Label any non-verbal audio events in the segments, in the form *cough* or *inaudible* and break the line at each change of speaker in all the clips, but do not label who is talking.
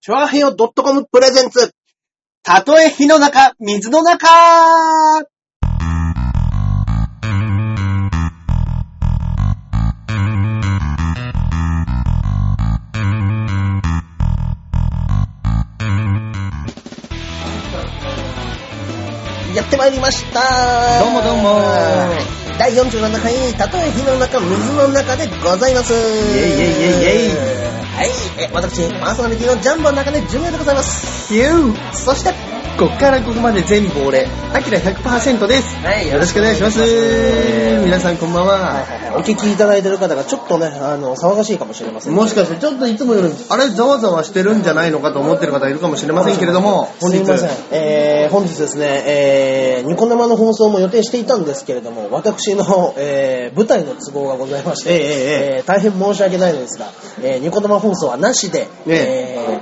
チョアヘヨ .com プレゼンツ。たとえ火の中、水の中は
やってまいりました
どうもどうも
第47回、たとえ火の中、水の中でございますイ
イェイイェイイェイイェイ
はい、え、私、パーソナリティのジャンボ中根純也でございます
ヒュー
そして、
こっからここまで全部俺、アキラ100%です。
はい
よろしくお願いします。皆さんこんばん
はい
は。
はいはい、お聞きいただいてる方がちょっとね、あの、騒がしいかもしれません。
もしかしてちょっといつもより、あれ、ざわざわしてるんじゃないのかと思ってる方いるかもしれませんけれども、 *laughs* 本
す
日
い、ません。えー、本日ですね、えー、ニコ生の放送も予定していたんですけれども、私の、えー、舞台の都合がございまして、
えええ
ー大変申し訳ないのですが、えー、ニコ生放送はなしで、
ええ
えー、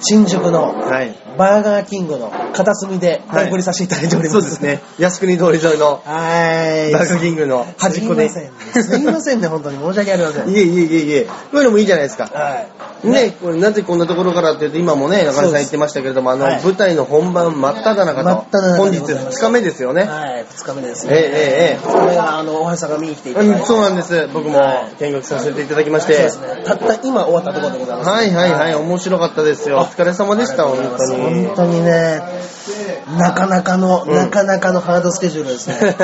新宿の
はい。
バーガーキングの片隅で
はい
お送りさせていただいており
そ
ま
う
す。
ですね、靖国通り沿いの
はい。
バーガーキングの端っこで。
すいませんね。すいませんね、本当に申し訳ありません。
*laughs* いえいえいえいえ、こういうのもいいじゃないですか。
はい。
ね、これなぜこんなところからって言うと、今もね、中根さん言ってましたけれども、あの、
はい
舞台の本番真っ只中
真っ只
と、
中
本
で
日
ございます
2日目ですよね。
はい、2日目です
ええ
ね。
ええええ。
これが、あの、大橋さんが見に来ていただい
うん
て。
そうなんです。僕も見学させていただきまして。
そうですね。たった今終わったところでございます。
はいはいはい、面白かったですよ。お疲れ様でした、
あり
本
がとうご
当
ざいます
に
本。当にね、なかなかの、
うん
なかなかのハードスケジュールですね。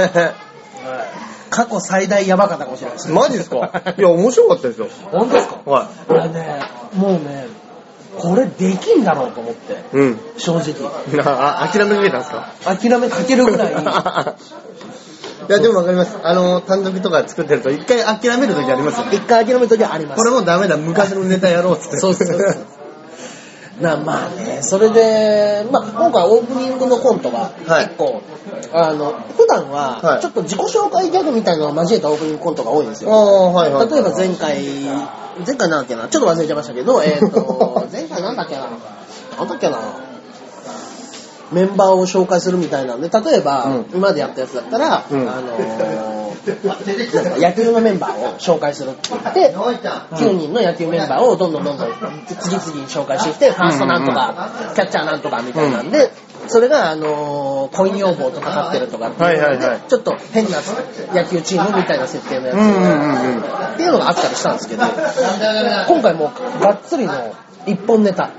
過去最大やばかったかもしれないです。
*laughs* マジですかいや、面白かったですよ。
本当ですか
は
あれね、もうね、これできんだろうと思って、
い。うん。 *laughs*
正直。
あ、諦めかけたんですか
諦めかけるぐ *laughs* らい、あ
*laughs* いや、でもわかります。あの、単独とか作ってると、一回諦める時ありますよ。
一回諦めるときはあります。
これもうダメだ、昔のネタやろうっつって。
そうそうそう。なまあね、それで、まあ、今回オープニングのコントが
はい
結構、あの普段
は
はいちょっと自己紹介ギャグみたいなのを交えたオープニングコントが多いんです
*laughs* あ
よ。
あ、はいはい。
例えば前回、前回なんだっけな、ちょっと忘れちゃいましたけど、えっ、
*laughs*
と、前回なんだっけな、なんだっけな、メンバーを紹介するみたいなんで、例えば、
うん
今までやったやつだったら、
うん
あのーなんか野球のメンバーを紹介するって言って、9人の野球メンバーをどんどんどんどん次々に紹介してきて、ファーストなんとか、キャッチャーなんとかみたいなんで、それが、あのー、婚要望とかかってるとかっていうので
はいはいはい
ちょっと変な野球チームみたいな設定のやつ、
うんうんうんうん。
っていうのがあったりしたんですけど、今回もうがっつりの一本ネタ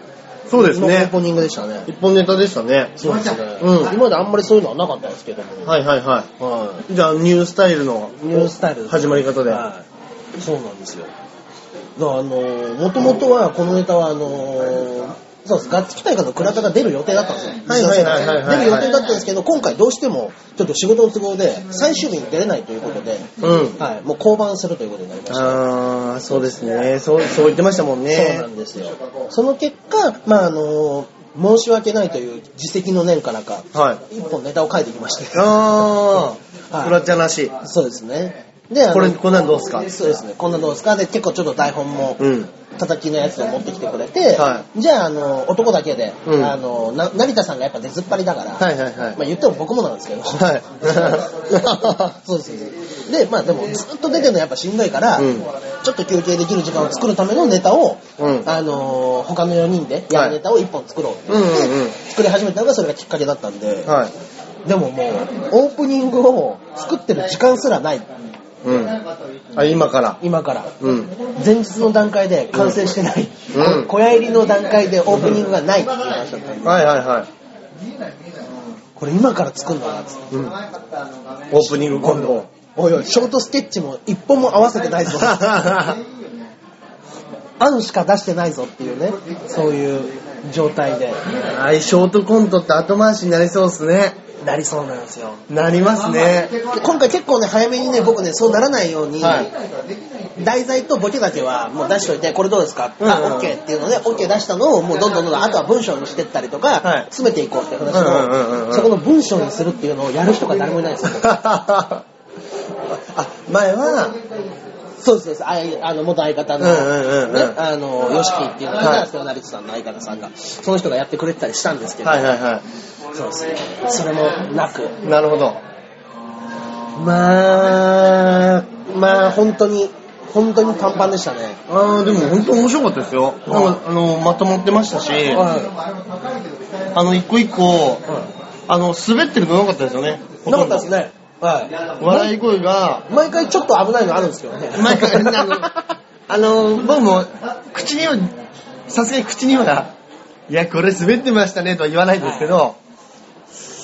そうです
のオー
ね
プ。ニングでしたね。
一本ネタでしたね。
そうですね。
うん
今まであんまりそういうのはなかったんですけども、
はいはいは。
はい
じゃあ、ニュースタイルの
い、ニュースタイルです
始まり方で。
はいそうなんですよ。だからあの、もともとはこのネタはあの、そうです。ガッツキ大会の倉田が出る予定だったんですよ。
はいはいはいはいはい
出る予定だったんですけど、今回どうしても、ちょっと仕事の都合で、最終日に出れないということで、
うん。
はい、もう降板するということになりました。
ああ、そうですね。そう、そう言ってましたもんね。
そうなんですよ。その結果、まああの、申し訳ないという自責の念からか、
はい。
一本ネタを書いてきまして。
ああ、
はい
フラッチャーなし。
そうですね。で、あの
これ、こんなんどうすか
そうですね。こんなどうですかで、結構ちょっと台本も、
うん。
叩きのやつを持ってきてくれて、
は
じゃあ、あの、男だけで、
うん
あの、な成田さんがやっぱ出ずっぱりだから、
はいはいはい
まあ言っても僕もなんですけど、
はい
*laughs*
*laughs*
そうそうそう。で、まあでも、ずっと出てるのやっぱしんどいから、
うん
ちょっと休憩できる時間を作るためのネタを、
うん
あのー、他の4人でやるネタを1本作ろうって言って、
はいうんうんうん
作り始めたのがそれがきっかけだったんで、
はい。
でももう、オープニングを作ってる時間すらない、
うん。あ、今から。
今から。
うん。
前日の段階で完成してない、
うん
こ小屋入りの段階でオープニングがないっていう話だったんで、
はいはいは
これ今から作るのかっつって、
い。うん。オープニング今度。
おいおい、ショートスケッチも一本も合わせてない
*laughs*
ぞ、案しか出してないぞっていうね、そういう状態で、
はい、ショートコントって後回しになりそうですね。
なりそうなんですよ。
なりますね。
で今回結構ね、早めにね、僕ね、そうならないように、
はい
題材とボケだけはもう出しといて、これどうですか、
うんうん
あ、オッケーっていうので、オッケー出したのをもうどんどんどんどん、あとは文章にしてったりとか、
はい
詰めていこうっていう話
うんうんうんう
を、
ん
そこの文章にするっていうのをやる人が誰もいないんです
*laughs*
よ。
あ、前
そ
は、
うですそうです、あいあの元相方の、
うんうんうんうん
ね、あの、ヨシキっていうのがいたん
は
で
い
すけど、成田さんの相方さんが、その人がやってくれてたりしたんですけど、
はいはいは
そうですね、それもなく、
い。なるほど。
まあ、まあ本当に本当に短パンでしたね。
あーでも本当面白かったですよ。なんかあの、まとまってましたし、
は
あの、一個一個、あの、滑ってるのなかったですよね。
い。なかったですね。は
ほとんど。笑い声が、
い。毎回ちょっと危ないのあるんですけどね。
毎回、
*laughs*
あの、 *laughs* あの僕も、口には、さすがに口には、いや、これ滑ってましたねとは言わないんですけど、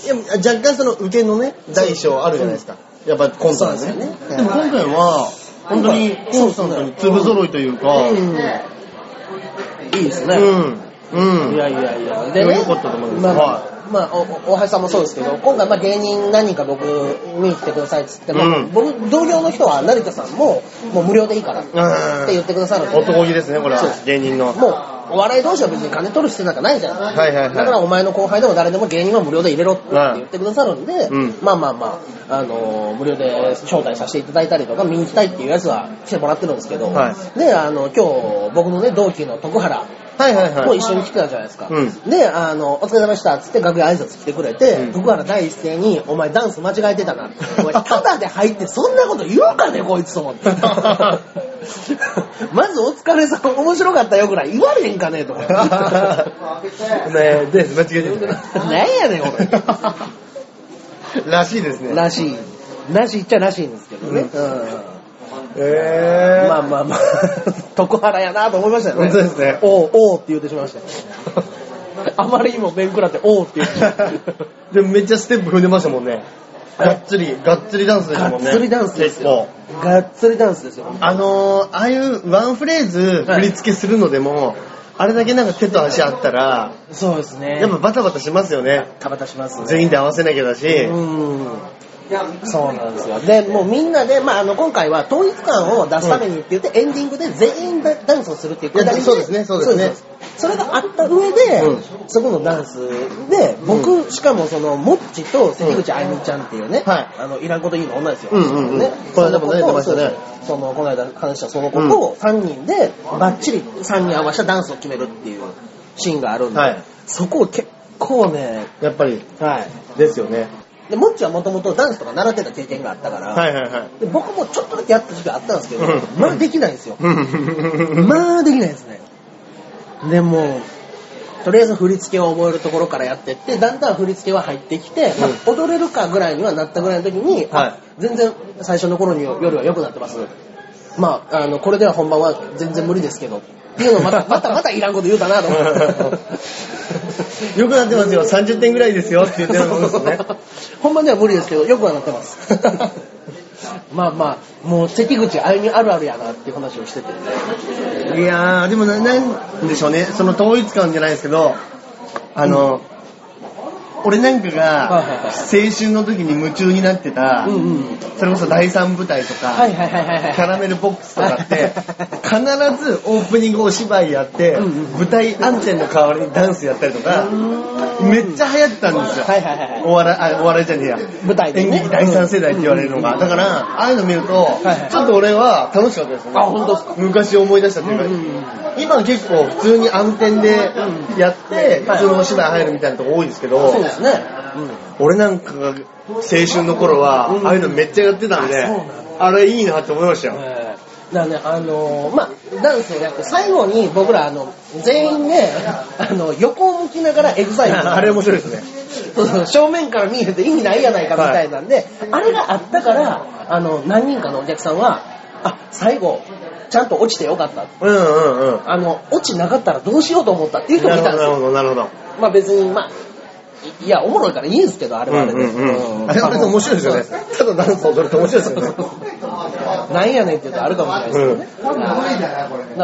いや、若干その受けのね、大小あるじゃないですか。やっぱコントなんで
そう
ね
で。すよね
でも今回は、本当にコンスタントに粒揃いというか、うん。
うん。いいですね。
うん。
いやいやいや、でね、
良かったと思います
まあ、
は
まあ、お、お大橋さんもそうですけど、今回、まあ、芸人何人か僕、見に来てくださいっつって、まあ
うん
僕、同僚の人は、成田さんも、もう無料でいいからって言ってくださるんで、
男気ですね、これは
そうで。す
芸人の。
もう、お笑い同士は別に金取る必要なんかないじゃん。
はいはいはい
だから、お前の後輩でも誰でも芸人は無料で入れろって言ってくださるんで、
うん
まあまあまあ、あのー無料で招待させていただいたりとか、見に行きたいっていうやつは来てもらってるんですけど、
は
で、あの、今日、僕のね、同期の徳原、
はいはいはい。
もう一緒に来てたじゃないですか。
うん
で、あの、お疲れ様でしたっつって楽屋挨拶来てくれて、
うん
徳原第一声に、お前ダンス間違えてたな。お前、タダで入ってそんなこと言うかね、こいつと思
*laughs*
って。まずお疲れさん面白かったよぐらい言われへんかねと思って。
*laughs* ねで、間違えてる。
*laughs* なんやねん、俺。 *laughs*
らしいですね。
らしい。らしいっちゃらしいんですけどね。うん
えー。
まあまあ *laughs* まあ、徳原やなと思いましたよね。
本当ですね
おう、おうって言ってしまいましたよ。あまりにも面食らって、おうって言ってしま *laughs* いました。
*laughs* でもめっちゃステップ踏んでましたもんね。がっつり、がっつりダンスでした
が
も
っ
んね。
つりダンスですよ。
結構。
がっつりダンスですよ。
あのー、ああいうワンフレーズ振り付けするのでも、あれだけなんか手と足あったら、
そうですね
やっぱバタバタしますよね。
タバタしますね。
全員で合わせなきゃだし。
うん。そうなんですよ。で、もうみんなで、まあ、あの、今回は統一感を出すためにって言って、エンディングで全員ダダンスをするっていうくだり
いやそうですねそうですね
そうそれがあった上で、
うん
そこのダンスで、僕、しかもその、もっちと関口あゆみちゃんっていうね、
はい
あの、いらんこと言うの女ですよ。
うんうんうん
ね。
この間もね
そのことを
出ました
そ
ね
うその、この間話したそのことを3人で、バッチリ3人合わせたダンスを決めるっていうシーンがあるんで、
はい
そこを結構ね、
やっぱり、
はい。
ですよね。
で、もっちはもともとダンスとか習ってた経験があったから、
はいはいはい。
で僕もちょっとだけやった時期あったんですけど、
うん
まあできないんですよ。
うん *laughs*
まあできないですね。でも、とりあえず振り付けを覚えるところからやってって、だんだん振り付けは入ってきて、まあ踊れるかぐらいにはなったぐらいの時に、あ
はい
全然最初の頃によりは良くなってます。まあ、あの、これでは本番は全然無理ですけど、っていうのをまた、また、またいらんこと言うたなと思って。
*laughs* よくなってますよ。30点ぐらいですよって言ってたと思うんですよね。
*laughs* 本番では無理ですけど、よくはなってます。まあまあ、もう関口あゆみあるあるやなっていう話をしてて。
*laughs* いやー、でもな、なんでしょうね、その統一感じゃないですけど、あの、俺なんか
はいはい
が
はい
青春の時に夢中になってた、
うんうん。
それこそ第三舞台とか、
はいはいはいはい
キャ
は
ラメルボックスとかって必
は
ずオープニングお芝居やって、
うんうん
舞台暗転の代わりにダンスやったりとか、
い。
めっちゃ流行ってたんですよ、
はいはいはいはい
お笑いあお笑いじゃねえや
舞台でね
演劇第三世代って言われるのが、だからああいうの見ると、
いはい
ちょっと俺は楽しかったですね
あ本当ですか
昔思い出したっていうか、
うんうんうん
今は結構普通に暗転でやって、
はい
普通のお芝居入るみたいなとこ多いですけど、
そうですね。
俺なんかが青春の頃は、
うん
ああいうのめっちゃやってたんで、
あそうなんだ
あれいいなって思いましたよ、
えーだからね、あのーまあ、ダンスをやって、最後に僕ら、あの、全員ね、あの、横を向きながらエグザイル。
*laughs* あれ面白いですね
そうそう *laughs* 正面から見えて意味ないやないかみたいなんで、あれがあったから、あの、何人かのお客さんは、あ、最後、ちゃんと落ちてよかった。
うんうんうん
あの、落ちなかったらどうしようと思ったっていう人も
ないる
たん
ほ
ですよ。
どなるほどなるほど
まあ別に、まあ、いいや、おもろいからいいんですけど、あれはあれで。
うんうんう
うん
んあれはあれで面白いですよねただダンス踊ると面白いですよね。
なんやねんって言うとあるかもしれないですけどね。うんま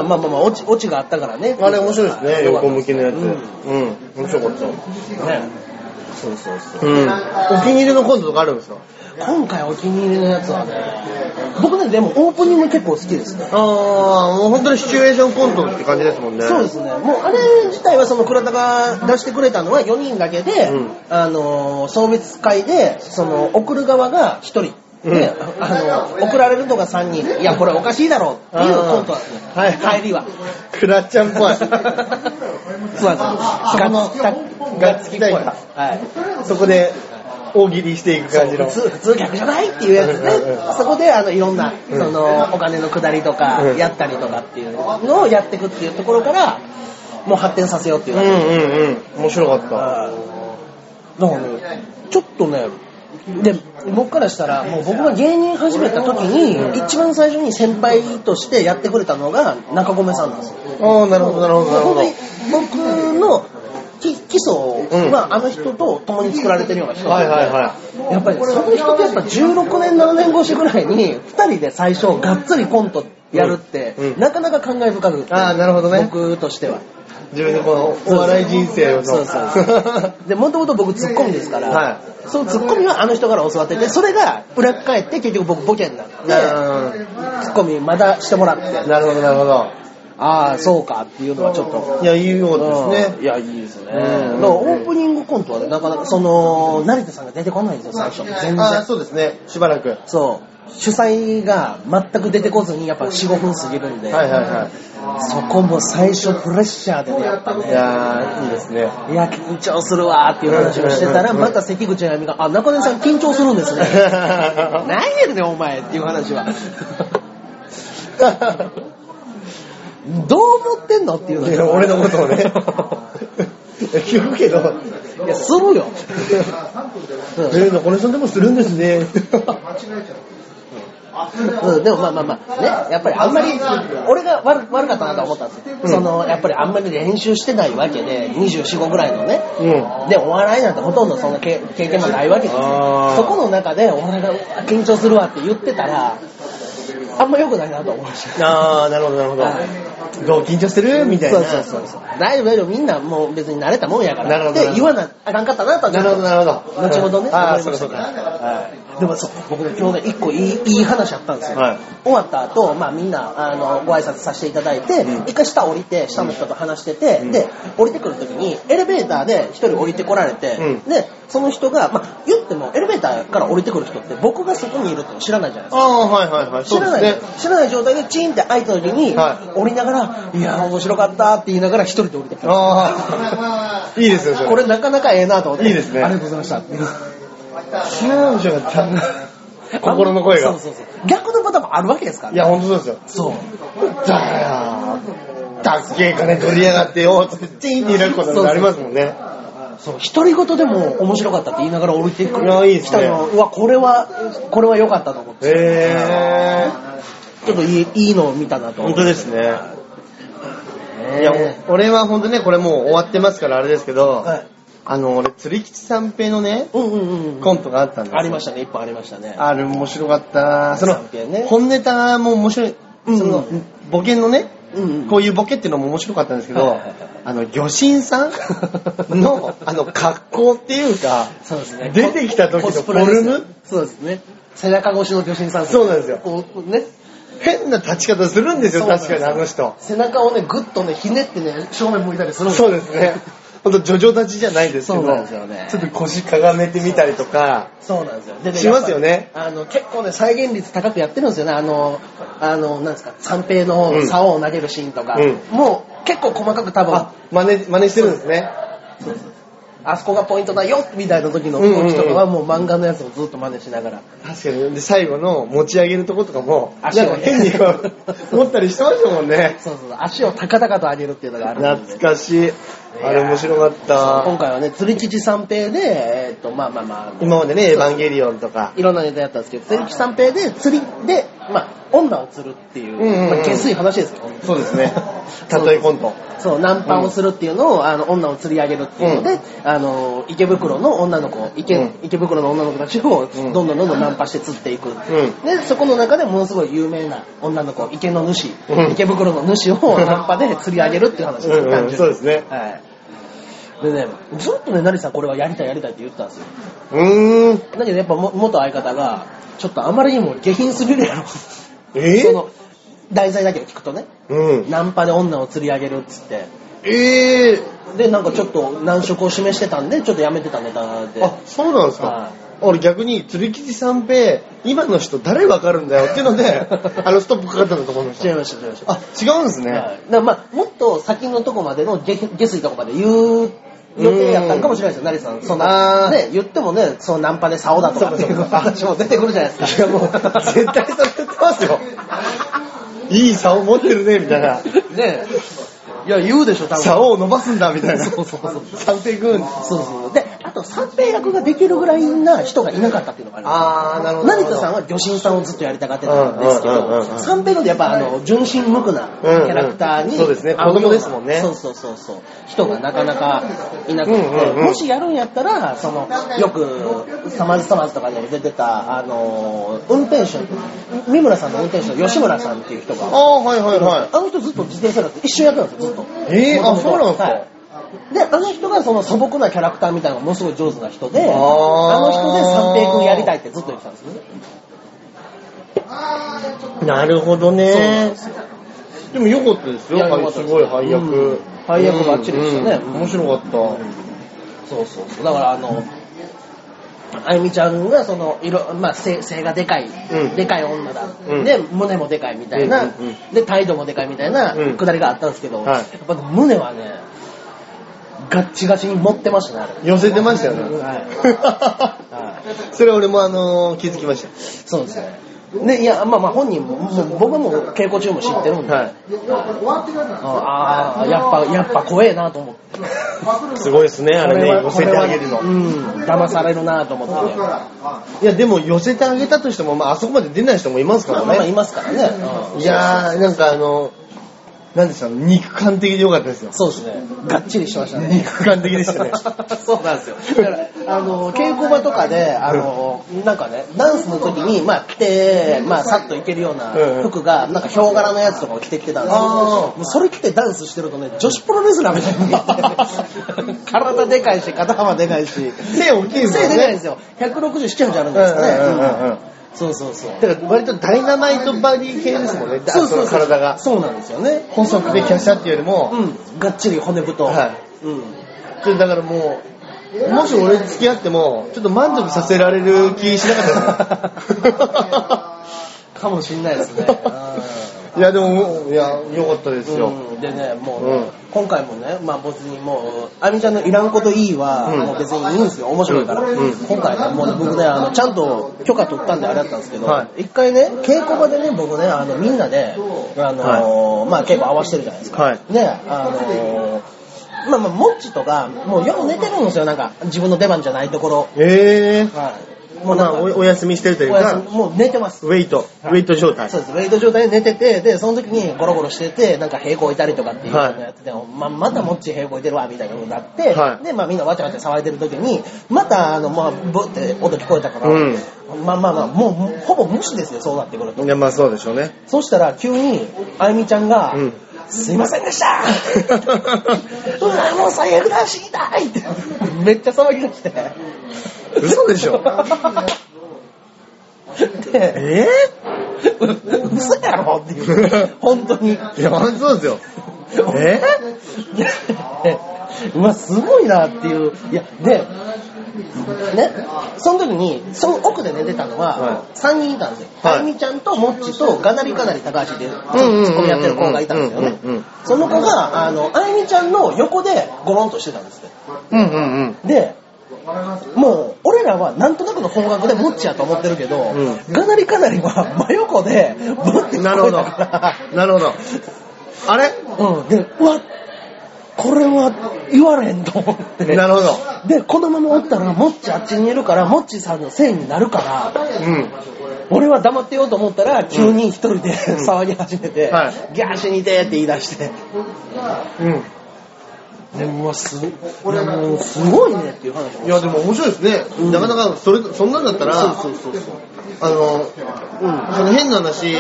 あまあまあ、落ち、落ちがあったからね。
あれ面白いですね、
よかった
横向きのやつ。
う
うんん、面白かった。
ね
そうそうそう。うん。お気に入りのコントとかあるんですか
今回お気に入りのやつはね、僕ね、でもオープニング結構好きですね。
あー、もう本当にシチュエーションコントって感じですもんね。
そうですね。もうあれ自体はその倉田が出してくれたのは4人だけで、
うん
あのー、送別会で、その送る側が1人。で、
う
あのー、送られるのが3人。いや、これおかしいだろっていうコントなんですね。
あーはい
帰りは。
クラッちゃん
*laughs*
っぽい。
そうなんですよ。ガッツきた、ガッツきっぽい。はい。
*laughs* そこで、大喜利していく感じの。
そう普通、普通逆じゃないっていうやつね
うんうんうん。
そこで、あの、いろんな、
うん
その、お金の下りとか、
うん
やったりとかっていうのをやっていくっていうところから、もう発展させようっていうう。
んうんうん。面白かっ
だからね、ちょっとね、で、僕からしたら、もう僕が芸人始めた時に、一番最初に先輩としてやってくれたのが中込さんなんですよ。
た。ああ、なるほどなるほどなるほど。
本当に僕の基基礎はあの人と共に作られてるような人。
はいはいは
やっぱりその人とやっぱ16年7年越しぐらいに2人で最初がっつりコントやるって、
うんうん
なかなか感慨深くて
あーなるほどね。
僕としてはい
自分のこのお笑い人生を
そうそうそうでもともと僕ツッコミですから、
はい
そのツッコミはあの人から教わっててそれが裏返って結局僕ボケになってツ
な
ッコミまたしてもらって
るほ *laughs* どなるほど。
ああそうかっていうのはちょっと
いや、いいようですね。
いや、いいですね。
うん
だからオープニングコントはねなかなかその成田さんが出てこないんですよ最初全然
ああ、そうですね。しばらく。は
そう主催が全く出てこずにやっぱ45分過ぎるん
い
で、
はいは
そこも最初プレッシャーでねやっぱ
い。い
ね
やー、いいですね。
いや緊張するわーっていう話をしてたら
うん
また関口あやみが「あ中根さん緊張するんですね」
*laughs*
「
な
何やねんお前」っていう話
*laughs*
はどう思ってんのっていうの
いや
が
俺のことをね聞くけど、
*laughs* いやするよ、うん
えー、中根さんでもするんですね。
うん、でもまあまあまあ、ね、やっぱりあんまり、俺が悪悪かったなと思ったんですよ。その、やっぱりあんまり練習してないわけで、24、5ぐらいのね。
うん。
で、お笑いなんてほとんどそんな経経験もないわけです
あ
よ
ー。
そこの中で、お前が緊張するわって言ってたら、あんま良くないなと思うし。
あー、なるほど、なるほ
は
ど。どう緊張してるみたいな。
そうそうそうそう。大丈夫大丈夫、みんなもう別に慣れたもんやか
なる
ら。
ほ
っ
どなる
て
ほど
言わなあかんかったなとはちょ
な
っと
るほど、なるほど。
後ほどね
あー、
思い
そ
うました
か、そうか。はい。
でもそう、僕ね、今日ね、一個いい、いい話あったんですよ。
はい
終わった後、まあみんな、あの、ご挨拶させていただいて、一回下降りて、下の人と話してて、で、降りてくるときに、エレベーターで一人降りてこられて、
う
で、その人が、まあ言っても、エレベーターから降りてくる人って、僕がそこにいるって知らないじゃないですか。
あー、はいはいはい。
知
そう
ら
で
な
す
い、
ね。
知らない状態でチーンって開いた時に、
は
降りながら、いやー面白かったって言いながら一人で降りてくる。
あー、いいですよ、それ。
これなかなかええなと思って。
いいですね
ありがとうございましたっていう。
気が面白かった。心の声が。
そうそうそう。逆のパターンもあるわけですから
いや、ほんとそうですよ。
そう。
だよー。たっけえ金取りやがってよ、ってチンって開くことになりますもんね。
そう、独り言でも面白かったって言いながら降りてく
いやいいで
る。
すね
来たの、うわ、これは、これは良かったと思って。
へー。
ちょっといい、いいのを見たなと。
ほんとですね。
ね
いや、お俺は本当ね、これもう終わってますからあれですけど、
はい。
あの、俺、釣り吉三平のね、
うんうんうん。
コントがあったんですよ
ありましたね、一本ありましたね。
あれ面白かったなその
三平ね、
本ネタも面白い、そ
うん
の、ボケのね、
うんうん。
こういうボケっていうのも面白かったんですけ
は
ど
いはいはい、
あの、魚神さん
*laughs*
の、あの、格好っていうか、
そうですね。
出てきた時の
コスプレです
フォ
よ
ルム
そうですね。背中越しの巨神さん
そうなんですよ
こう、ね。
変な立ち方するんですよ、
そうなんで
確
す
か
よ
にあの人。
背中をね、ぐっとね、ひねってね、正面向いたりするんです
そう
よ
ですね。ほんと、ジョジョ立ちじゃないですけど、
そうなんですよね
ちょっと腰かがめてみたりとか、
そうなんですよ。で
しますよね。
やっぱりあの、結構ね、再現率高くやってるんですよね。あの、あの、なんですか、三平の竿を投げるシーンとか。
うん
もう、結構細かく多分、
あ、真似、真似してるんですね。
あそこがポイントだよみたいな時の
うんうんうん
動きとかはもう漫画のやつをずっと真似しながら。
確かに。で、最後の持ち上げるとことかも、なん
足を
か
ね
変にこう、持ったりしてましたもんね。
そうそうそう、足を高々と上げるっていうのがあるんで
懐。かしい。あれ面白かった。
今回はね、釣り吉三平で、えっと、まあまあまああの、
今までね、エヴァンゲリオンとか。
いろんなネタやったんですけど、釣り吉三平で釣りで、まあ、女を釣るっていう、
うんうんうん
まあ、下水話ですけど、
そうですね。 *laughs* たとえコント。
そう、ナンパをするっていうのを、あの、女を釣り上げるっていうので、あの、池袋の女の子、池、
うん
池袋の女の子たちを、どんどんどんどんナンパして釣っていく。
ん
で、そこの中でものすごい有名な女の子、池の主、
うん
池袋の主
*laughs*
をナンパで釣り上げるっていう話ですよ、
うんうん
単純に
そうですね
はい。でね、ずっとね、成さんこれはやりたいやりたいって言ってたんですよ。
うーん。
だけどやっぱも元相方が、ちょっとあまりにも下品すぎるやろ。
え
その、題材だけを聞くとね、
うん。
ナンパで女を釣り上げるっつって、
ええ
で、なんかちょっと難色を示してたんで、ちょっとやめてたネタで。
あ、そうなんです
は
か
い。
俺逆に、鶴吉三平、今の人誰わかるんだよっていうの *laughs* で、あのストップかかったんだと思いまし
違い
た。
ました、違いました。
あ、違うんですね。
はいだからまあ、もっと先のとこまでの下下水とこまで言う予定やったんかもしれないですよ、成瀬さん。そんな、ね、言ってもね、そのナンパで竿だとかっていう *laughs* 話も出てくるじゃないですか。いやもう、
絶対それ言ってますよ。いい竿持ってるね、みたいな。
ねいや、言うでしょ、多分。
竿を伸ばすんだ、みたいな。
そうそうそう。
三手軍。
そうそう。で、あと三平楽ができるぐらいな人がいなかったっていうのがあります。
あー、なる
成田さんは魚神さんをずっとやりたがってたんですけ
うんうんうんうん
ど、三平のでやっぱあの、純真無垢なキャラクターに、
うんうんそうですね
合うよ
子供ですもんね
そうそうそうそう。人がなかなかいなくて、
うんうんうん
もしやるんやったら、その、よく、サマーズサマーズとかにも出てた、あの、運転手、三村さんの運転手の吉村さんっていう人が、
あー、はいはいは
あの人ずっと自転車だって一緒にやってたんですよ、ずっと。
えーあそうなんですか
はいで、あの人がその素朴なキャラクターみたいなのがものすごい上手な人で、あ
ー
の人で三平君やりたいってずっと言ってたんですね。
い。なるほど
そうなんで
ね。
すよ
でも良かったですよ。
いや良か
は
っ
い
た
す
です
ごい配
う
役
ん。配役バッチリでしたね
うんうん面白かった。
そうそうそう。だからあの、あゆみちゃんがその、いろ、まあ、背背がでかい、
うん
でかい女だ、
うん
で、胸もでかいみたいな、
うんうん
で、態度もでかいみたいな
うん
くだりがあったんですけど、
はい
やっぱ胸はね、ガッチガチに持ってましたね、あれ。
寄せてましたよね。
は
それ俺もあのー気づきまし
そうですね。ね、いや、まあまあ本人も、もう僕はもう稽古中も知ってるんで、
た。は
ああ、やっぱ、やっぱ怖えなと思って。
い。すごいですね、あれね、寄せてあげる
こ
の
れ。はうん、騙されるなと思って、ね。
いや、でも寄せてあげたとしても、まあ、あそこまで出ない人もいますか
まあ
ら
まあい
ね。
ますからね。うん
いやー、なんかあの、なんでした肉感的でよかったですよ。
そうですね。がっちりしてましたね。
肉感的でしたね。
*laughs* そうなんですよ。だから、あの、稽古場とかで、あの、なんかね、ダンスの時に、まあ、着て、まあ、さっといけるような
うんうん
服が、なんか、ヒョウ柄のやつとかを着てきてたんですよ。
あ
もうそれ着てダンスしてるとね、女子プロレスラーみたい
*laughs*
に見えて、体でかいし、肩幅でかいし、
背大きいです
背
よ
でかいんで
ね。
すよ。167じゃあるん
うんう
です
ん
かね。
うんうんうん。
そうそうそう。
だから割とダイナマイトバディ系ですもんね。
そうそうそう
あの体が。
そうなんですよね。
細くで華奢っていうよりも、
うん、がっちり骨太。
はい。
うん。
ちょっとだからもう、もし俺付き合っても、ちょっと満足させられる気しなか *laughs* ったですね
かもしんないです
*laughs*
ね。
いや、でも、いや、良かったですよ。
うん、でね、もう、
うん
今回もね、まあ別にもう、あみちゃんのいらんこといいは、
うん
もう別にいいんですよ、面白いから。
うん
今回ね、もうね僕ね、あの、ちゃんと許可取ったんであれだったんですけど、
は
一回ね、稽古場でね、僕ね、あの、みんなで、あのーまあ稽古合わせてるじゃないですか。
はい
ね、あのーまあまあ、モッチとか、もうよう寝てるんですよ、なんか、自分の出番じゃないところ。
えー。
はい。
もうな
か
おお休みしてるという
おやす
か
み、もう寝てます。
ウェイト、ウェイト状態
そ。うです、ウェイト状態で寝てて、で、その時にゴロゴロしてて、なんか平行いたりとかっていうのをやってて、ままたもっち平行いてるわ、みたいなことになって、
はい
で、まあみんなわちゃわちゃ騒いでる時に、また、あの、まあ、ブって音聞こえたから、
うん
まあまあまあ、もう、もうほぼ無視ですよ、そうなってくると。
いや、まあそうでしょうね。
そしたら、急に、あゆみちゃんが、
うん
すいませんでしたうわ、もう最悪だ、死にたいって、めっちゃ騒ぎ出して。
嘘でしょ
で、
え
嘘やろっていう。本当に。
ー、いや、まあそうですよ。え
うわ、すごいなっていう。いや、で、ね、その時に、その奥で寝てたの
は
は、3人いたんですよ。
はい
あゆみちゃんと、もっちと、がなりかなり高橋で、ツ
うんうんうんうん
ッコミやってる子がいたんですよね
うんうんうん。
その子が、あの、あゆみちゃんの横で、ゴロンとしてたんですよ。
うんうんうん。
で、もう、俺らはなんとなくの方角でもっちやと思ってるけど、
う
がなりかなりは真横で、ぶって
な
聞こ
るほ
え
ど
たから。、
なるほど。あれ
うん、で、うわ、これは言われへんと思って、ね。
なるほど。
で、このままおったら、もっちあっちにいるから、もっちさんのせいになるから、
うん。
俺は黙ってようと思ったら、急に一人で *laughs* 騒ぎ始めて、
は
ギャー死にてーって言い出して、
う
ね、うわ、す、これもうすごいねっていう話
ん。いや、でも面白いですね。
うん
なかなか、それ、そんなんだったら、
そうそうそうそう。
あの、その変な話、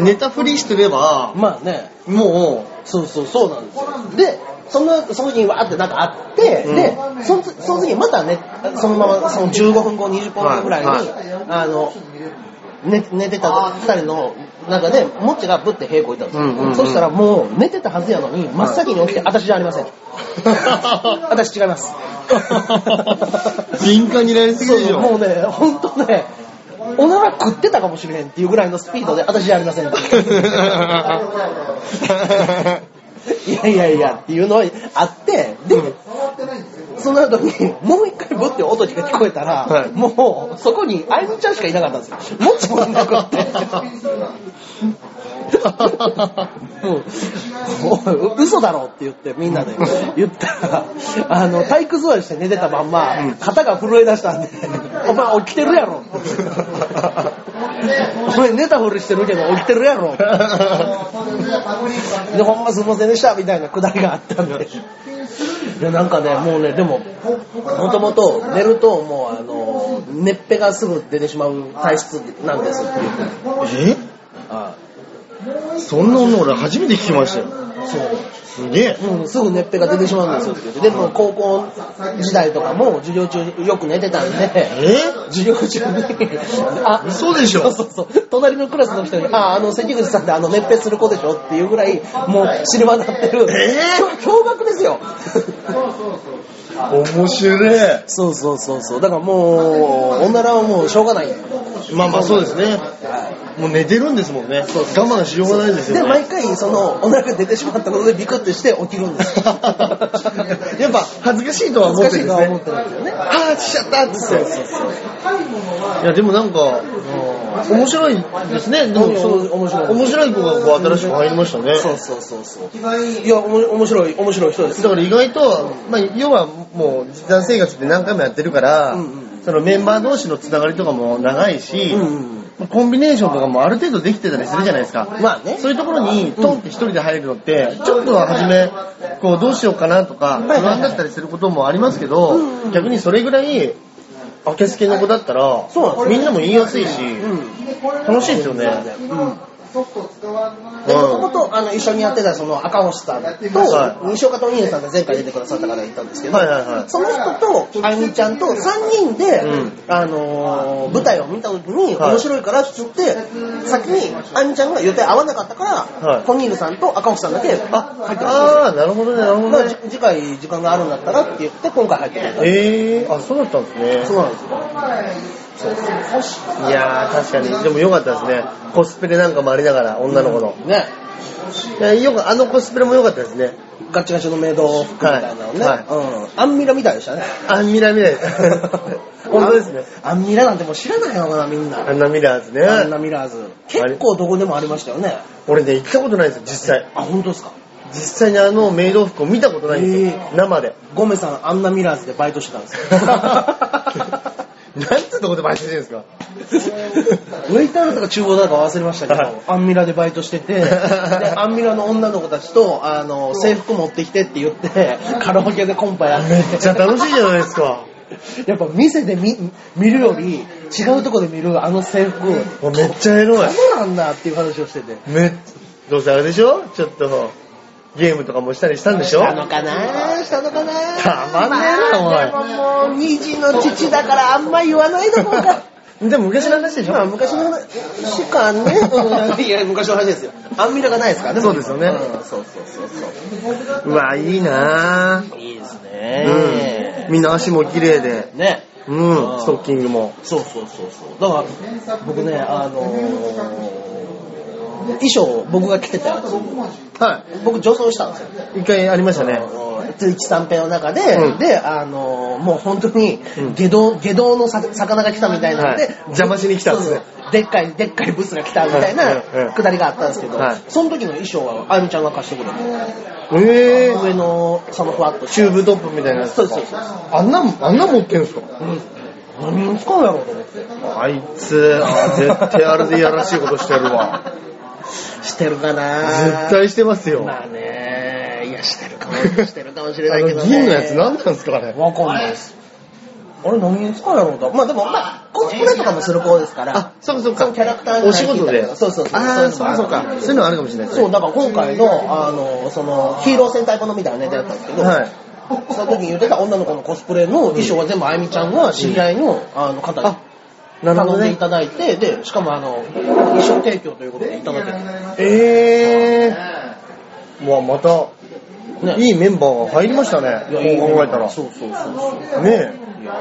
ネタフリしてれば、
まあね、
も
そうそうそうなんですよ。で、そんな、その時にわーってなんかあって、
うん
で、そのつその時にまたね、そのままその15分後、20分後ぐらいに、
はいは
あの、寝寝てた二人の中で、もっちがぶって平行いたんですよ、
うんうんうん
そしたらもう寝てたはずやのに、真っ先に起きて、私じゃありま
*laughs*
せん。私違います。
う、敏感になりすぎでし
そう
*laughs*
も
ょ。
うね、ほんとね、おなら食ってたかもしれへんっていうぐらいのスピードで、私じゃありません。
*laughs*
いやいやいやっていうのはあって、で、その後に、もう一回ブッて音が聞こえたら、
はい
もう、そこに、あいみちゃんしかいなかったんですよ。もっともいなくって。もう、嘘だろって言って、みんなで言ったら、あの、体育座りして寝てたまんま、肩が震え出したんで、お前起きてるやろって。お前寝たふりしてるけど起きてるやろ。で、ほんますいませんでした、みたいなくだりがあったんで。いや、なんかね、もうね、でも、もともと寝るともう、あの、熱っぺがすぐ出てしまう体質なんですって言って。あ
そんな女俺初めて聞きましたよ。
そう。
すげえ。
うん、すぐ熱っぺが出てしまうんですよって言って。でも、高校時代とかも授業中よく寝てたん
え
で、授業中に、あ、
嘘でし
そう
ょ
そうそう。隣のクラスの人に、あ、あの、関口さんってあの、熱ぺする子でしょっていうぐらい、もう、知り渡ってる。
えー
きょ驚愕ですよ。
面白い。
そうそうそうそう。だからもう、おならはもうしょうがない。
まあまあそうですね。もう寝てるんですもんね。我慢しようがないです
で、
よね。
毎回、その、おならが出てしまったことでビクッてして起きるんです
*laughs*
よ。
やっぱ恥ずかしいとは思っ
難
て
し
る
い
ん
とは
です
思
ね
っ。てないんですよね。
ああ、しちゃったっつって。いや、でもなんか、面白いですね。でも、その
面白い
面白い子がこう新しく入りましたね。
そうそうそうそう。いや、おも面白い、面白い人です
だ。から意外と、まあ、要はもう、実弾生活って何回もやってるから、
うんうん
そのメンバー同士のつながりとかも長いし、
うん。
コンビネーションとかもある程度できてたりするじゃないですか。
まあね。
そういうところに、トンって一人で入るのって、ちょっとは初め、こう、どうしようかなとか、不
いはい
安だったりすることもありますけど
うんうん、
逆にそれぐらい、明けすけの子だったら
そうなんです、よ
みんなも言いやすいし、
うん。
楽しいですよね。
うん。
う
で、もとも
ん
と、あの、一緒にやってた、その、赤星さん
は
と、西岡と家さんが前回出てくださったから行ったんですけど、
はいはいはい
その人と、あゆみちゃんと3人で、
うん
あのー舞台を見た時に、
はい
面白いからっつって、先に、あゆみちゃんが予定合わなかったから、
はい
トニーヌさんと赤星さんだけ、あ、入ってま
あー、なるほどね、なるほ
す。ま
ど
あ、
ね
じ。次回時間があるんだったらって言って、今回入ってくれた。
えー、あ、そうだったんです
そう
ね。
なんですよ。
いやー、確かに。でもよかったですね。コスプレなんかもありながら、女の子の。
ね。
いや、よく、あのコスプレもよかったですね。
ガチガチのメイド服みたいなのね。
はい
うん。アンミラみたいでしたね。
アンミラミラです。 *laughs* 本当ですね。
アンミラなんてもう知らないのかな、みん
ア
な。
ンナミラーズ
アンナ
ね。
ミラーズ。結構どこでもありましたよね。
俺ね、行ったことないんですよ、実際。
あ、本当ですか。
実際にあのメイド服を見たことないんですよ、
え
生 *laughs* で。
ゴメさん、アンナミラーズでバイトしてたんですよ。
*laughs* なんつうとこでバイトしてるんですか
*laughs* ウェイターだとか厨房だとか忘れましたけ
はい
ど、アンミラでバイトしてて、
*laughs*
で、アンミラの女の子たちと、あの、制服持ってきてって言って、 *laughs* カラオケでコンパやって。
めっちゃ楽しいじゃないですか。
*laughs* やっぱ店で見見るより、違うとこで見るあの制服、
もうめっちゃエロい。
そうなんだっていう話をしてて。
めっどうせあれでしょちょっと、ゲームとかもしたりしたんでしょ
したのかなしたのかな
たまんねえなおい
あでももう、二児の父だからあんま言わないだろうが。
*laughs* でも昔の話でしょ
まあ、昔の話しかね、 *laughs* いや、昔の話ですよ。アンミラがないですからね。
そうですよね
んそうそうそうそう
わ、いいなぁ。
う。いいです
うん。
ね。
みんな足も綺麗で。
ね。
うん、ストッキングも。
そうそうそうそう。だから、僕ね、あのー衣装、僕が着てたやつ、
は
僕女装したんですよ。
い。一回ありましたね。
ツイキ三平の中で、
うん
で、あのーもう本当に
うん、
下道、下道のさ魚が来たみたいなので、
はい邪魔しに来たんですね
そうそうでっかい、でっかいブスが来たみたい
はい
な
はいはい
くだりがあったんですけど、
はい
その時の衣装はあゆみちゃんが貸してくれて、
えぇ、
上の、そのふわっとし
チューブトップみたいなやつ
そ
と
うそう
か
そう。
あんな、あんな持ってんすか
うん。何に使うんやろうと思って。
あいつ、あー絶対あれでやらしいことしてるわ。
してるかな
絶対してますよ。
まあねいや、してるかも、してるかもしれな
あ
い
の
けど、ね。
銀のやつ何なんですかあれ。
わかんないです。あれ何に使うやろうと。まあでも、まあ、コスプレとかもする子ですから。
あ、そうかそうか。
そのキャラクターに
お仕事で。
そうそうそう
ああ、そ
そうう
か
いうのもある
そうか。そういうのあるかもしれないです
そ
ね。
う、だから今回の、あの、その、ヒーロー戦隊ものみたいなネタやったんですけど、
はい。
その時に言ってた女の子のコスプレの衣装は全部あゆみちゃんが知り合いの、あの方に
あなる
頼
ほど
んでい
ね。
ただいて、で、しかもあの、衣装提供ということでいただけて。
ええー。まあまた、
ね
いいメンバーが入りましたね。
いやいい
こう考えたら。
そうそうそうそう。
ね
だか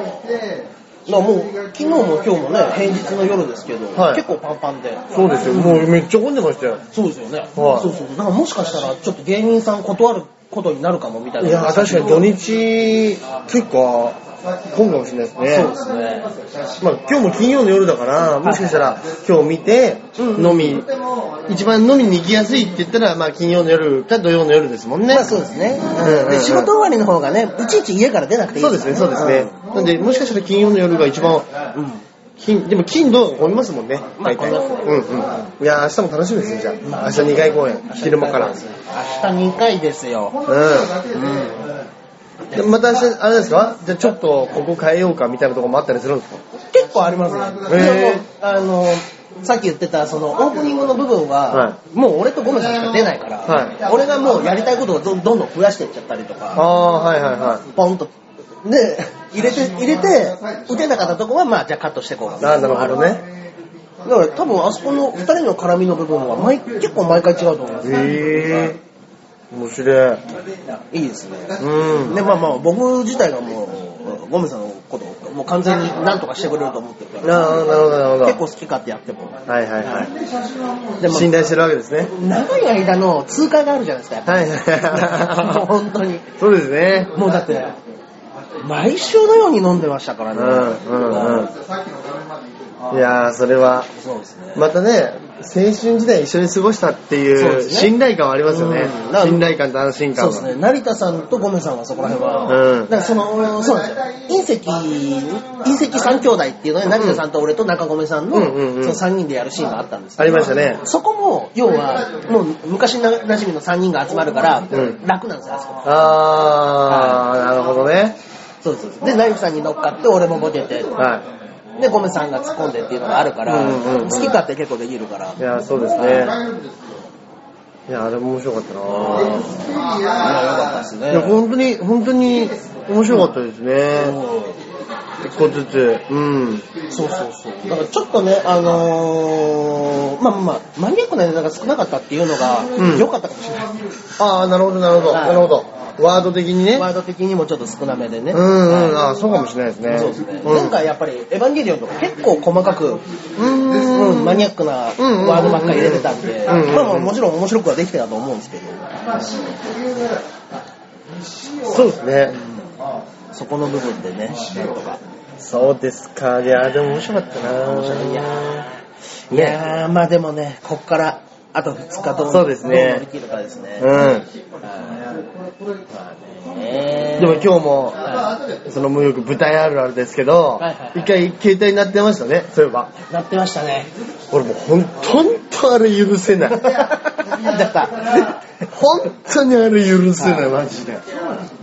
らもう、昨日も今日もね、平日の夜ですけど、
はい
結構パンパンで。
え。そうですよ。もうめっちゃ混んでましたよ。
そうですよね。
はい
そうそうそう。だからもしかしたら、ちょっと芸人さん断ることになるかもみたい
い
な。
や、確かに土日、結構、混むかもしれないですね。
そうですね。
まあ、今日も金曜の夜だから、もしかしたら今日見て、飲み、一番飲みに行きやすいって言ったら、まあ、金曜の夜か土曜の夜ですもんね。
まあそうですね。
うんうん
で仕事終わりの方がね、いちいち家から出なくていい
そうですね、そうですね。なんで、もしかしたら金曜の夜が一番、金、でも金土が混みますもんね、
まあ
大体。う
混
ん
みますね
うん。いや、明日も楽しみですね、じゃあ。明日2回公演、昼間から。うん。
明日2回ですよ。
でまた明日、あれですかじゃあちょっとここ変えようかみたいなところもあったりするんですか
結構ありますね。
へ
でもあの、さっき言ってた、その、オープニングの部分は、
は
もう俺とゴメさんしか出ないから、
は
俺がもうやりたいことをどんどんどん増やしていっちゃったりと
あ
か、
あ、はいはいはい。
ポンと、で、入れて、入れて、打てなかったとこは、まあ、じゃあカットしていこうかみた
あ
い
なるほどね。
な。だから多分あそこの二人の絡みの部分は毎、結構毎回違うと思うんですよ。
へえ面白い。
いいですね。
うん。
で、まあまあ、僕自体がもう、ゴメさんのことをもう完全に何とかしてくれると思ってるから、
なるほど、なるほど、なるほど。
結構好き勝手やっても。
はいはいはい。
でまあ
信頼してるわけですね。
長い間の通過があるじゃないですか、やっぱ
はい *laughs*
り。もう
は
本当に。
い。そうですね。
もうだって、毎週のように飲んでましたから
う
ね。
ん、うん、うん。いやー、それは、
そうですね。
またね、青春時代一緒に過ごしたって
そう
い
で
う
すね
信頼感はありますよね
うん。
信頼感と安心
そ
感
うで
は。
すね。成田さんとゴメさんはそこら辺は。
うん
だからその、そうなんですよ。隕石、隕石三兄弟っていうので、成田さんと俺と中込さんの、
うんうんうん
その三人でやるシーンがあったんです
あ
けど
りましたね。
そこも、要は、もう昔な馴染みの3人が集まるから
ん、
楽なんですよ、あそこ。
あー、なるほどね。
そうそうそう。で、ナイフさんに乗っかって、俺もボケて、
は
で、ゴメさんが突っ込んでっていうのがあるから、
うんうんうん
好き勝手結構できるから
い。い、やー、そうですね。いやー、あれも面白かったなー。
良かったですね
いや、本当に、本当に面白かったですね。一個ずつ。うん。
そうそうそう。だからちょっとね、あのー、まあまあ、マニアックなネタが少なかったっていうのが
う、ん
良かったかもしれない、
ああ、なるほど、なるほど。
はい
なるほど。ワード的にね。
ワード的にもちょっと少なめでね。
うんうん、ああ、そうかもしれないですね。
そうですね。
うん
前回やっぱり、エヴァンゲリオンとか結構細かく、
うん
うん、マニアックなワードばっかり入れてたんで、
うんうんうんうん
まあまあもちろん面白くはできてたと思うんですけど、
そうですね。
そこの部分でね、なんとか。
そうですか。いや、でも面白かったな。
面白いいや
ね
いやー、まあでもね、こっから、あと2日どう
そうですね
どう乗り切るかですね。
う
はいまあ
ん。
ね
でも今日も、
は
その無欲舞台あるあるですけど
はいはいは、い
一回携帯になってましたね、そういえば。
なってましたね。
俺もうほんとんとあれ許せない。
だった。
本当にあれ許せない、マジで。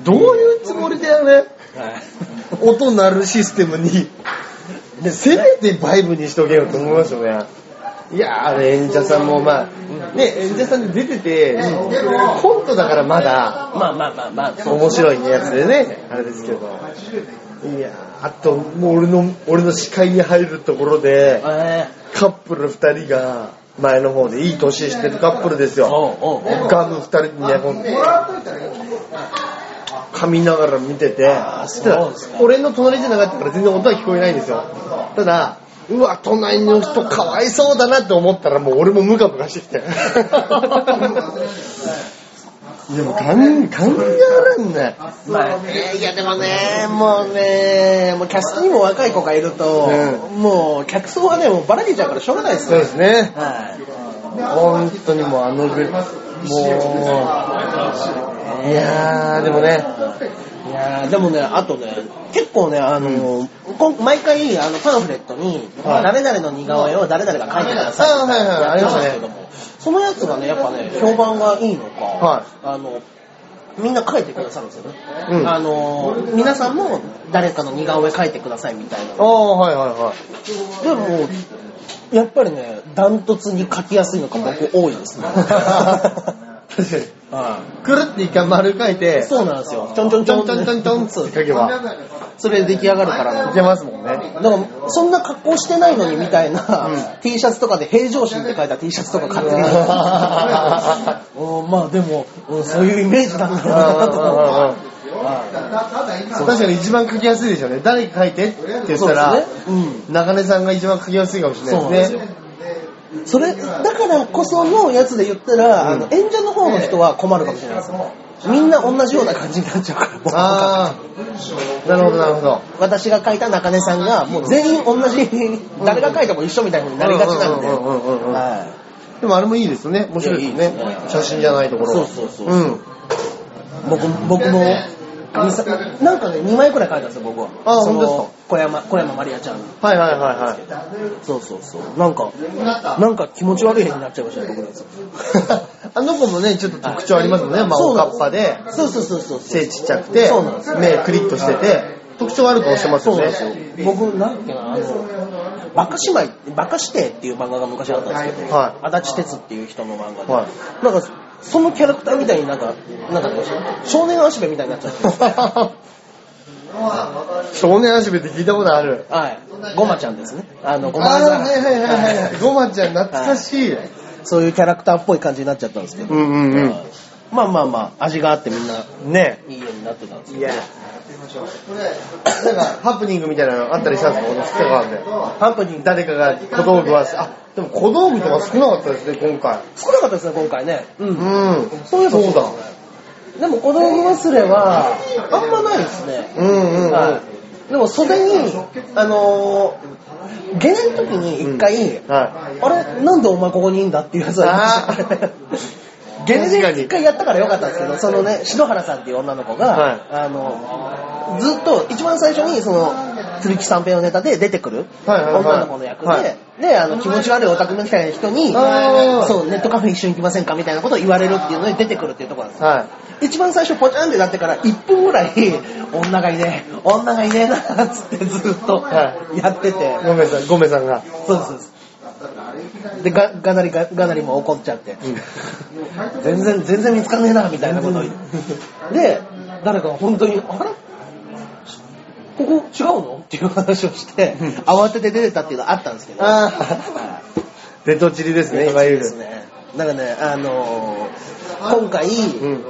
どういうつもりだよね。音鳴るシステムに、ねせめてバイブにしとけよと思いますよね。いやー、あれ演者さんもまあ、ね、演者さんで出てて、コントだからまだ、
まあまあまあまあ、そう
面白いやつでね、あれですけど。いやー、あと、もう俺の、俺の視界に入るところで、
え
カップル二人が、前の方でいい年してるカップルです
ー
よ。
おうおうおう
ガム二人にね、こう噛みながら見てて、そし
そ
た
う
ら
ですか
俺の隣じゃなかったから全然音は聞こえないんですよ。ただ、うわ、隣の人かわいそうだなって思ったらもう俺もムカムカしてきて。 *laughs* いやもう考え考えらんない。
まあね、いやでもね、もうね、もうキャストにも若い子がいると、
う
もう客層はね、もうばらけちゃうからしょうがないです
そう
よ。
ですね。
はい。
本当にもうあのぐもう、いやー、でもね、
いやーでもね、あとね、結構ね、あの、こん毎回、あの、パンフレットに、
はい
誰々の似顔絵を誰々が描いてください
あはいはいありましたね
やってんですけどもそのやつがね、やっぱね、評判がいいのか、
はい
あの、みんな描いてくださるんですよね。
うん
あの、皆さんも誰かの似顔絵描いてくださいみたいな。
あー、はいはい *laughs* はい。
でも、やっぱりね、ダントツに描きやすいのが僕多いです
*laughs*
ね。
確かに。
は
くるって一回丸書い
い
て、
そうなんですよ。ちょんちょんち
ち
ょ
ょ
ん
んちょんちょんちょんって書けば、
それで出来上がるから。
いけますもんね。
だから、そんな格好してないのにみたいな、T シャツとかで平常心って書いた T シャツとか買ってくる。うんまあでも、うんそういうイメージなんだろうなと思って。
確かに一番書きやすいでしょうね。誰書いてって言った
そう
ら
で、すね。
中根さんが一番書きやすいかもしれないですね。
うん。それ、だからこそのやつで言ったら、あの演者の方の人は困るかもしれないですよ。みんな同じような感じになっちゃうから、僕の感覚
ああ。なるほど、なるほど。
私が書いた中根さんが、もう全員同じ、誰が書いても一緒みたいな風になりがちなんで。
うんうんうんうんうん
は
でもあれもいいですよね。面白いですよね。
いやいいですね
写真じゃないところは。
そうそうそう
うん。
い僕僕も、にさなんかね、2枚くらい書いたんですよ、僕は。
あ
その
本当です
小山、小山まりやちゃん。
はいはいはいはい。
そうそうそう。なんか、なんか気持ち悪い絵になっちゃいましたね、僕のやつ。
あの子もね、ちょっと特徴ありますもんね。まあ、
そう
お
なん
か
です
っぱで、
そうそうそうそう。
背ちっちゃくて
そうなんです、
目クリッとしてて、特徴ある顔してます
そう
よ
なん
ね
で。すよ。僕、なんていうかな、あの、バカ姉妹、バカ師弟っていう漫画が昔あったんですけど、
は
足立哲っていう人の漫画で、
は
なんか、そのキャラクターみたいになんか、なんかね、少年足部みたいになっちゃってる。 *laughs*
少年足部って聞いたことある。
はい。ゴマちゃんですね。あの、
あ
ゴマさん。
ーはいはいはいはい。ゴマちゃん懐かしい。
そういうキャラクターっぽい感じになっちゃったんですけど、
うんうんうん
まあまあまあ、味があってみんな、
ね
いい絵になってたんです
え。
け
いや。なんか、ハプニングみたいなのあったりしたんですか俺知ってたんで。
ど、ハンプニング、
誰かが小道具は、あ、でも小道具とか少なかったですね、今回。
少なかったですね、今回ね。う。
うんん。
そういえば
そうだ。
でも、小道具忘れは、あんまないですね。
うんうんうん。
はい。でも、袖に、あのー、ゲネの時に一回、
は
あれなんでお前ここにいんだっていうやつがいましたね。ゲネ
確か
で
に
一回やったからよかったんですけど、そのね、篠原さんっていう女の子が、
はい
あの、ずっと一番最初にその、鶴木三平のネタで出てくる、
はいはいはい
女の子の役で、
はい
で、あの、気持ち悪いオタクみたいな人に、
あー
そう、ネットカフェ一緒に行きませんかみたいなことを言われるっていうのに出てくるっていうところなんで
い。
すよ。一
は
番最初ポチャンってなってから1分ぐらい、 *laughs* 女がいねえ、女がいねえな、つってずっと
は
やってて、
い。ごめんなさい、ごめんさんが。
そうですそうです。で、が、がなりが、がなりも怒っちゃって、全然、全然見つかんねえな、みたいなことを言って。で、誰かが本当に、あれここ違うのっていう話をして、慌てて出てたっていうのはあったんですけど。
ああ。デトチリですね、いわゆ
です
る。
ね。なんかね、あのー今回、
うん。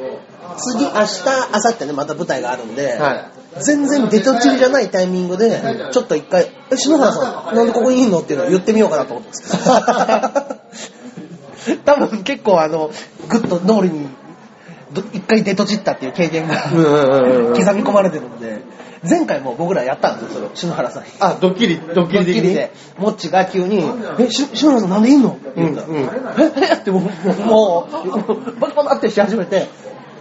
次、明日、明後日ね、また舞台があるんで、
はい。
全然デトチリじゃないタイミングで、ちょっと一回、え、篠原さん、なんでここにいんのっていうのを言ってみようかなと思ってます。 *laughs* 多分結構あの、ぐっと脳裏に、ど一回デトチったっていう経験が、
うんうんうんうん
刻み込まれてるんで、前回も僕らやったんですよ、それを篠原さんに。
あ、ドッキリ、ドッキリ的に。
で、モッチが急に、え、し篠原さんなんでいんのって言ったら、
うんうん
え、えってもう、もう、バタバタってし始めて、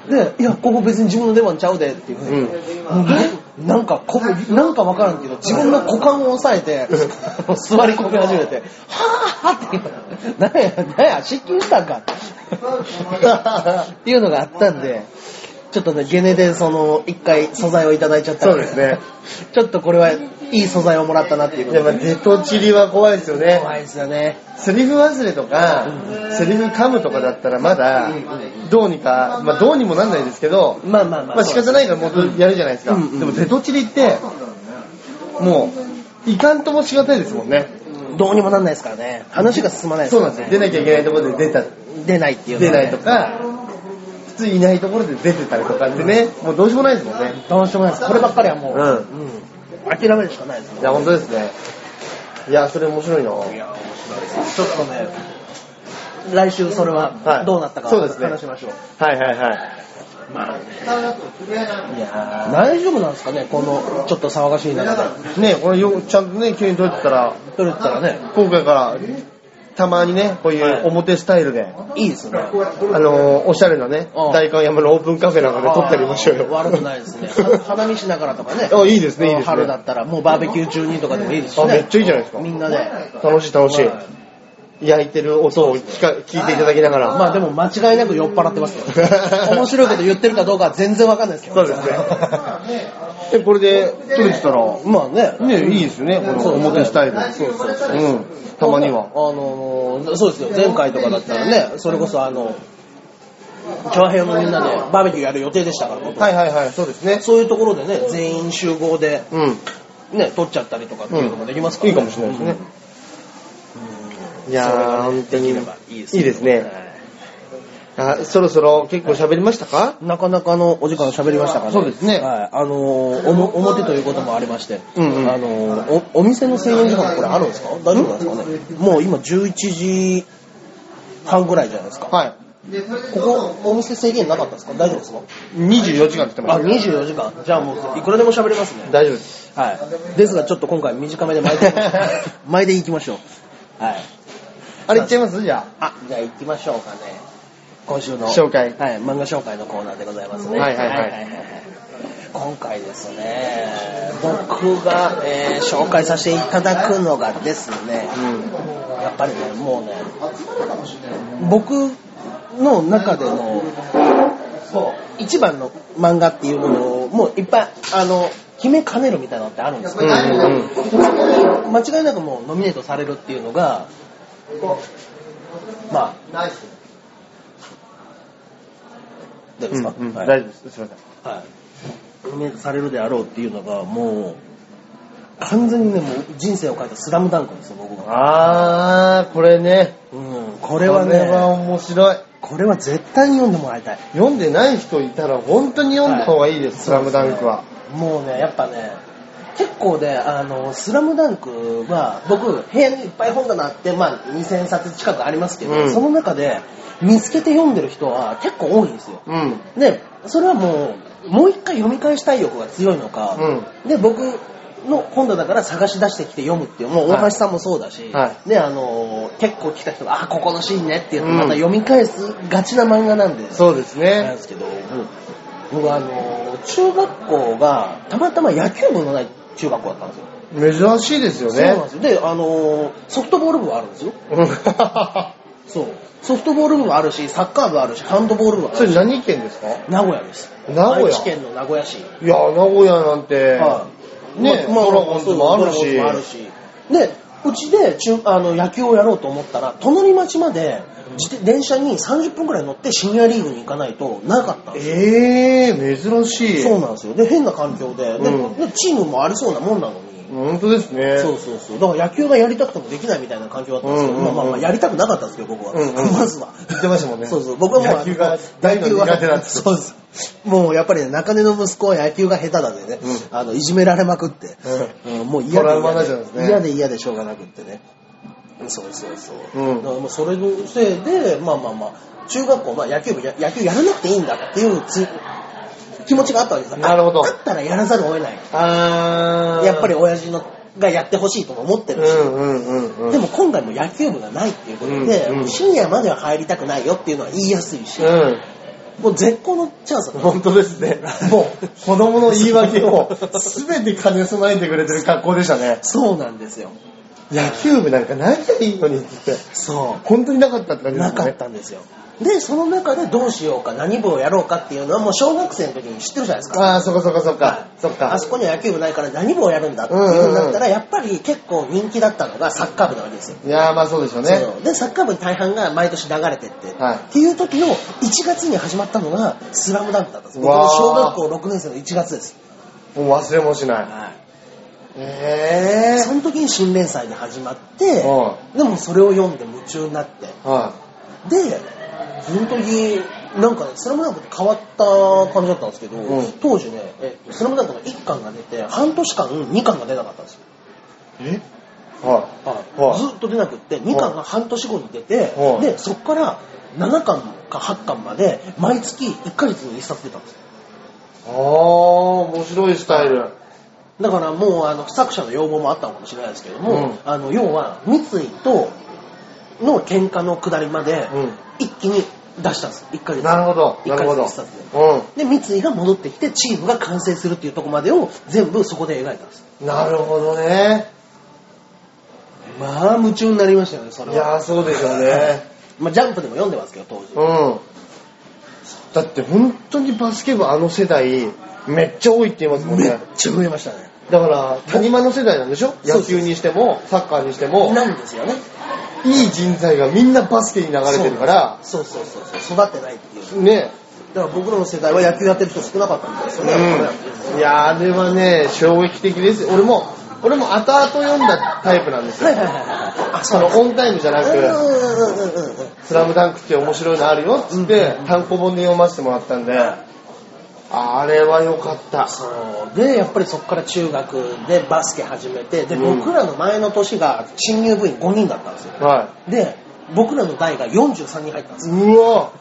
で、いや、ここ別に自分の出番ちゃうでっていう
*laughs*
ふうに
うん。
もうねなんかこ、なんかわからんけど、自分の股間を押さえて、座り込み始めて、はぁーって言う、なんや、なんや、失禁したんか。っていうのがあったんで、ちょっとね、ゲネでその、一回素材をいただいちゃったん
そうですね。
ちょっとこれは、いい素材をもらったなっていうこ
いや、
と
まあ
で。
デトチリは怖いですよね。
怖いですよね。
セリフ忘れとか、セリフ噛むとかだったらまだ、どうにか、まあどうにもなんないですけど、
まあまあまあ。
まあ仕方ないからもうやるじゃないですか。
うんうん
でもデトチリって、もう、いかんともしがたいですもんね。
どうにもなんないですからね。話が進まないです
そう
か
な
ら
ん
ね。
ですよ。出なきゃいけないところで出た、
出ないっていうの
出
はね
ないとか、普通いないところで出てたりとかってね、もうどうしようもないですもんね。
どうしようもないです。こればっかりはもう、
うん
うん諦めるしかないですね
いや、本当ですね。いや、それ面白いな。
ちょっとね、来週それ
は
はいどうなったか
そうですね
話しましょう。
はいはいはい。
いやー大丈夫なんですかね、このちょっと騒がしい中で。
ね、これよ、ちゃんとね、急に撮ってたら、
撮れてたらね、
今回から、たまにね、こう
はい
いう表スタイルで、
いいですね。
あのーおしゃれなね
うん、
大観山のオープンカフェなんかで撮ってみましょうよ。
悪くないです
*laughs*
ね。花見しながらとかね。
あいいですねいいですね
春だったら、もうバーベキュー中にとかでもいいですし
あ、
ね。
めっちゃいいじゃないですか。
みんなで。
楽しい楽しい
は。
焼いてる音を聞か聞いていただきながら。
まあでも間違いなく酔っ払ってます
*laughs*
よ。面白いこと言ってるかどうかは全然わかんないですけど。
そうですね。で、これで撮れてたら、
まあね。
ね、いいですよね、この表スタイル。
そうそうそう。
うん、たまには。
あのーそうですよ、前回とかだったらね、それこそあの、長編のみんなでバーベキューやる予定でしたから、僕
はいはいはい、そうですね。
そういうところでね、全員集合で、
うん。
ね、撮っちゃったりとかっていうのもできますから、
いいかもしれないですね。いやー、本当に。
いいです
いいですね。あそろそろ結構喋りましたか
うん。なかなかのお時間喋りましたからね。
そうですね
はい。あのーおも表ということもありまして、
うんうん
あのーお、お店の制限時間これあるんですか大丈夫なんですかねもう今11時半ぐらいじゃないですか。
はい。
ここ、お店制限なかったですか大丈夫ですか
24時間って言ってま
あ、
し
24時間。じゃあもう、いくらでも喋れますね
た。。大丈夫です。
はい。ですが、ちょっと今回短めで前で、
*laughs*
前で行きましょう。はい。
あれいっちゃいますじゃ
あ、じゃあ行きましょうかね。今週の。
紹介
はい、漫画紹介のコーナーでございますね。
はいはいはい
今回ですね、僕が、えー紹介させていただくのがですね、
あ。うん。
やっぱりね、もうね、僕の中での一番の漫画っていうものを、もういっぱい、あの、決めかねるみたいなのってあるんですよ。
うんうん
間違いなくもうノミネートされるっていうのが、まあ、どうですか、
うんうん
は
大
い
丈夫です。すいません。
はい、ノミネートされるであろうっていうのが、もう、完全にね、もう人生を変えたスラムダンクですよ、僕は。
あー、これね。
うん、こ
こ
れはね、
面白い。
これは絶対に読んでもらいたい。
読んでない人いたら本当に読んだ方がいいです、スラムダンクは。
もうね、やっぱね、結構ね、あの、スラムダンクは、僕、部屋にいっぱい本棚あって、まあ、2000冊近くありますけど、
うん
その中で、見つけて読んでる人は結構多いんですよ。
うん。
で、それはもう、もう一回読み返したい欲が強いのか、で、僕の本棚から探し出してきて読むっていう、もう
はい
大橋さんもそうだし、
は
で、あの、結構来た人が、あ、ここのシーンねって言って、
うん
また読み返すがちな漫画なんで、
そうです
なん
ね
で。すけど、僕はあの中学校がたまたま野球部のない中学校だったんですよ。
珍しいですよ
そうなん
ね
で。すよ。で、あのソフトボール部はあるんですよ。
うん
そう。ソフトボール部もあるし、サッカー部あるし、ハンドボール部もあ
*laughs* そ
る
れ
し、
何県ですか
名古屋です。
名古屋
愛知県の名古屋市。
いや、名古屋なんて、
はい。
ね、
まあ
ドラゴンズもあるし
ドラゴンズもあるし。で、うちで中あの野球をやろうと思ったら、隣町まで自転電車に30分くらい乗って深夜リーグに行かないとなかったんですよ
えー、珍しい。
そうなんですよ。で、変な環境で、で
うん
でチームもありそうなもんなのに、
本当ですね。
そうそうそう。だから野球がやりたくてもできないみたいな環境だったんですけど、
うんうんうん
まあまあまあ、やりたくなかったんですけど、僕は。
うんうん
まずは。
言ってましたもんね
そうそう。僕はもう、
野球が大
野
の
球
苦手だって
そうです。もうやっぱりね中根の息子は野球が下手だでね、
う
あのいじめられまくって、
うん
うんもう嫌
トラウ
で
マになっちゃ
嫌
うんです
で
ね
嫌で嫌でしょうがなくってね。そうそうそう。
うん
だからもうそれのせいで、まあまあまあ、中学校、まあ野球部、や野球やらなくていいんだっていうつ気持ちがあったわけですよ
なるほど
ああったらやらざるを得ない。
あー。
やっぱり、親父のがやってほしいとも思って
う
るし、
んうんうんうん。
でも、今回も野球部がないっていうことで、
うんうん
深夜までは入りたくないよっていうのは言いやすいし、
う
もう絶好のチャンス
ん。
だ
本当ですね。もう、子供の言い訳を *laughs* 全て兼ね備えてくれてる格好でしたね。
そうなんですよ。
野球部なんかなきゃいいのにって言って、
そう。
本当になかったって感じです
な
ね。
かったんですよ。で、その中でどうしようか、何部をやろうかっていうのはもう小学生の時に知ってるじゃないですか。
ああ、そっかそっかそっ
は
か
い。
そっか。
あそこには野球部ないから何部をやるんだっていうふうになった
うんうんう
ら、やっぱり結構人気だったのがサッカー部なわけですよ。
いやー、まあそうでしょうね。
そうで、サッカー部に大半が毎年流れてって、
はい
っていう時の1月に始まったのが、スラムダンクだったんです。僕
わ
の
ー
小学校6年生の1月です。
もう忘れもしない。
で
え
その時に新連載で始まって、
は
でもそれを読んで夢中になって、
ー。は
で、その時、なんかね、スラムダンクって変わった感じだったんですけど、
うん
当時ね、えっとスラムダンクの1巻が出て、半年間2巻が出なかったんですよ。
い。えははい
ずっと出なくって、2巻が半年後に出て
は、い
で、そこから7巻か8巻まで、毎月1ヶ月に1冊出たんですよ。
い。ああ、面白いスタイル。
だからもう、あの、作者の要望もあったのかもしれないですけども、
うん
あの、要は、三井との喧嘩の下りまで
うん、
一気に出したんです。1ヶ月。
なるほど。
一
な
回
るほど。
一冊
う
で、三井が戻ってきて、チームが完成するっていうところまでを全部そこで描いたんです。
ん。なるほどね。
まあ、夢中になりましたよね、それ
い
は。
やー、そうでしょうね。
まあ、ジャンプでも読んでますけど、当時。
うん。だって本当にバスケ部あの世代、めっちゃ多いって言いますもん
めっ
ね。
ちゃ増えましたね。
だから、谷間の世代なんでしょ
そう
野
そう
球にしても、サッカーにしても、
なんですよね。
いい人材がみんなバスケに流れてるから、
そうそうそうそう、育ってないっていう。
ね。
だから僕らの世代は野球やってる人少なかったんですよね、やっぱり
うん、いやーあれはね衝撃的です俺も俺も後々読んだタイプなんです
はい
よ
はいはいはい。あ、
そのオンタイムじゃな
うん
く
うんうんうんうんうん。
「スラムダンクって面白いのあるよっつって単行本で読ませてもらったんであれは良かった
そうでやっぱりそこから中学でバスケ始めてで、
うん
僕らの前の年が新入部員5人だったんですよ
は
で僕らの代が43人入ったんです
いうわ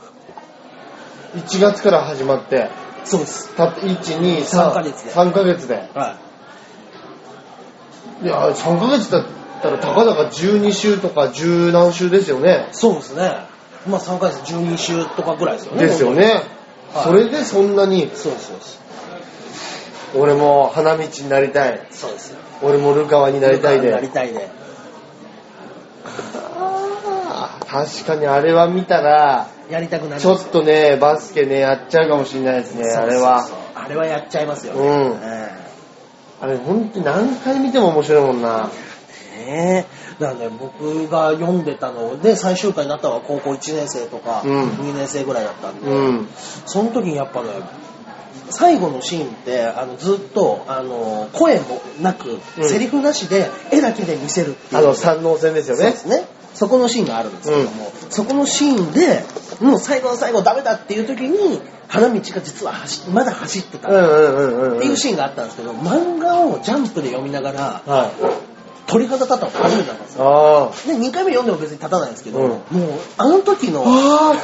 1月から始まって、
そうです。
たった1、2、3、
三ヶ月で
3ヶ月で。
はい
や、3ヶ月だったら、たかだか12週とか10何週ですよね
い。。そうですね。まあ3ヶ月12週とかぐらいですよね。
ですよ。ね。
はい
それでそんなに、
そうですそうです。
俺も花道になりたい。
そうですよ。
俺もルカワになりたい
なり
で。
たいで。
あー確かにあれは見たら、
やりたくなります
ちょっとね、バスケね、やっちゃうかもしれないですね、
そうそうそう
あれは。。
あれはやっちゃいますよね。
うん
え
あれ、ほんと何回見ても面白いもんな。
えねえだからね、僕が読んでたので、最終回になったのは高校1年生とか、
うん
2年生ぐらいだったんで、
うん。
その時にやっぱね、最後のシーンって、あの、ずっと、あの、声もなく、
うん
セリフなしで、絵だけで見せるっていう。
あの、三能戦ですよ
そう
ね
で。すね。そこのシーンがあるんですけども、そこのシーンで、もう最後の最後ダメだっていう時に、花道が実は走っまだ走ってた
うんうんうんうんうん。
っていうシーンがあったんですけど、漫画をジャンプで読みながら、
はい。
鳥肌立ったの初めてなんですよ。
あ
で、2回目読んでも別に立たないんですけど、
うん
もう、あの時の、
あ。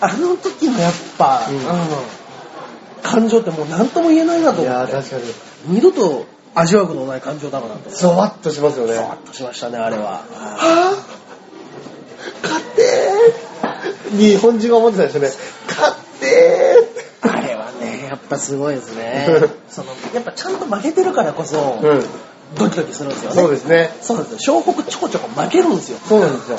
あの時のやっぱ、
うん
うん感情ってもう何とも言えないなと思
いや
っ
ー
て、
確かに。
二度と味わうことのない感情だなと思って、
ゾワッとしますよね。
ゾワッとしましたね、あれは。
あー勝ってー日本人が思ってたでしょね。勝って
あれはね、やっぱすごいです
*laughs*
ね。そのやっぱちゃんと負けてるからこそ、
ーうん。
ドキドキするんですよね。
そうですね。
そうなんですよ。湘北ちょこちょこ負けるんですよ。
そうなんですよ。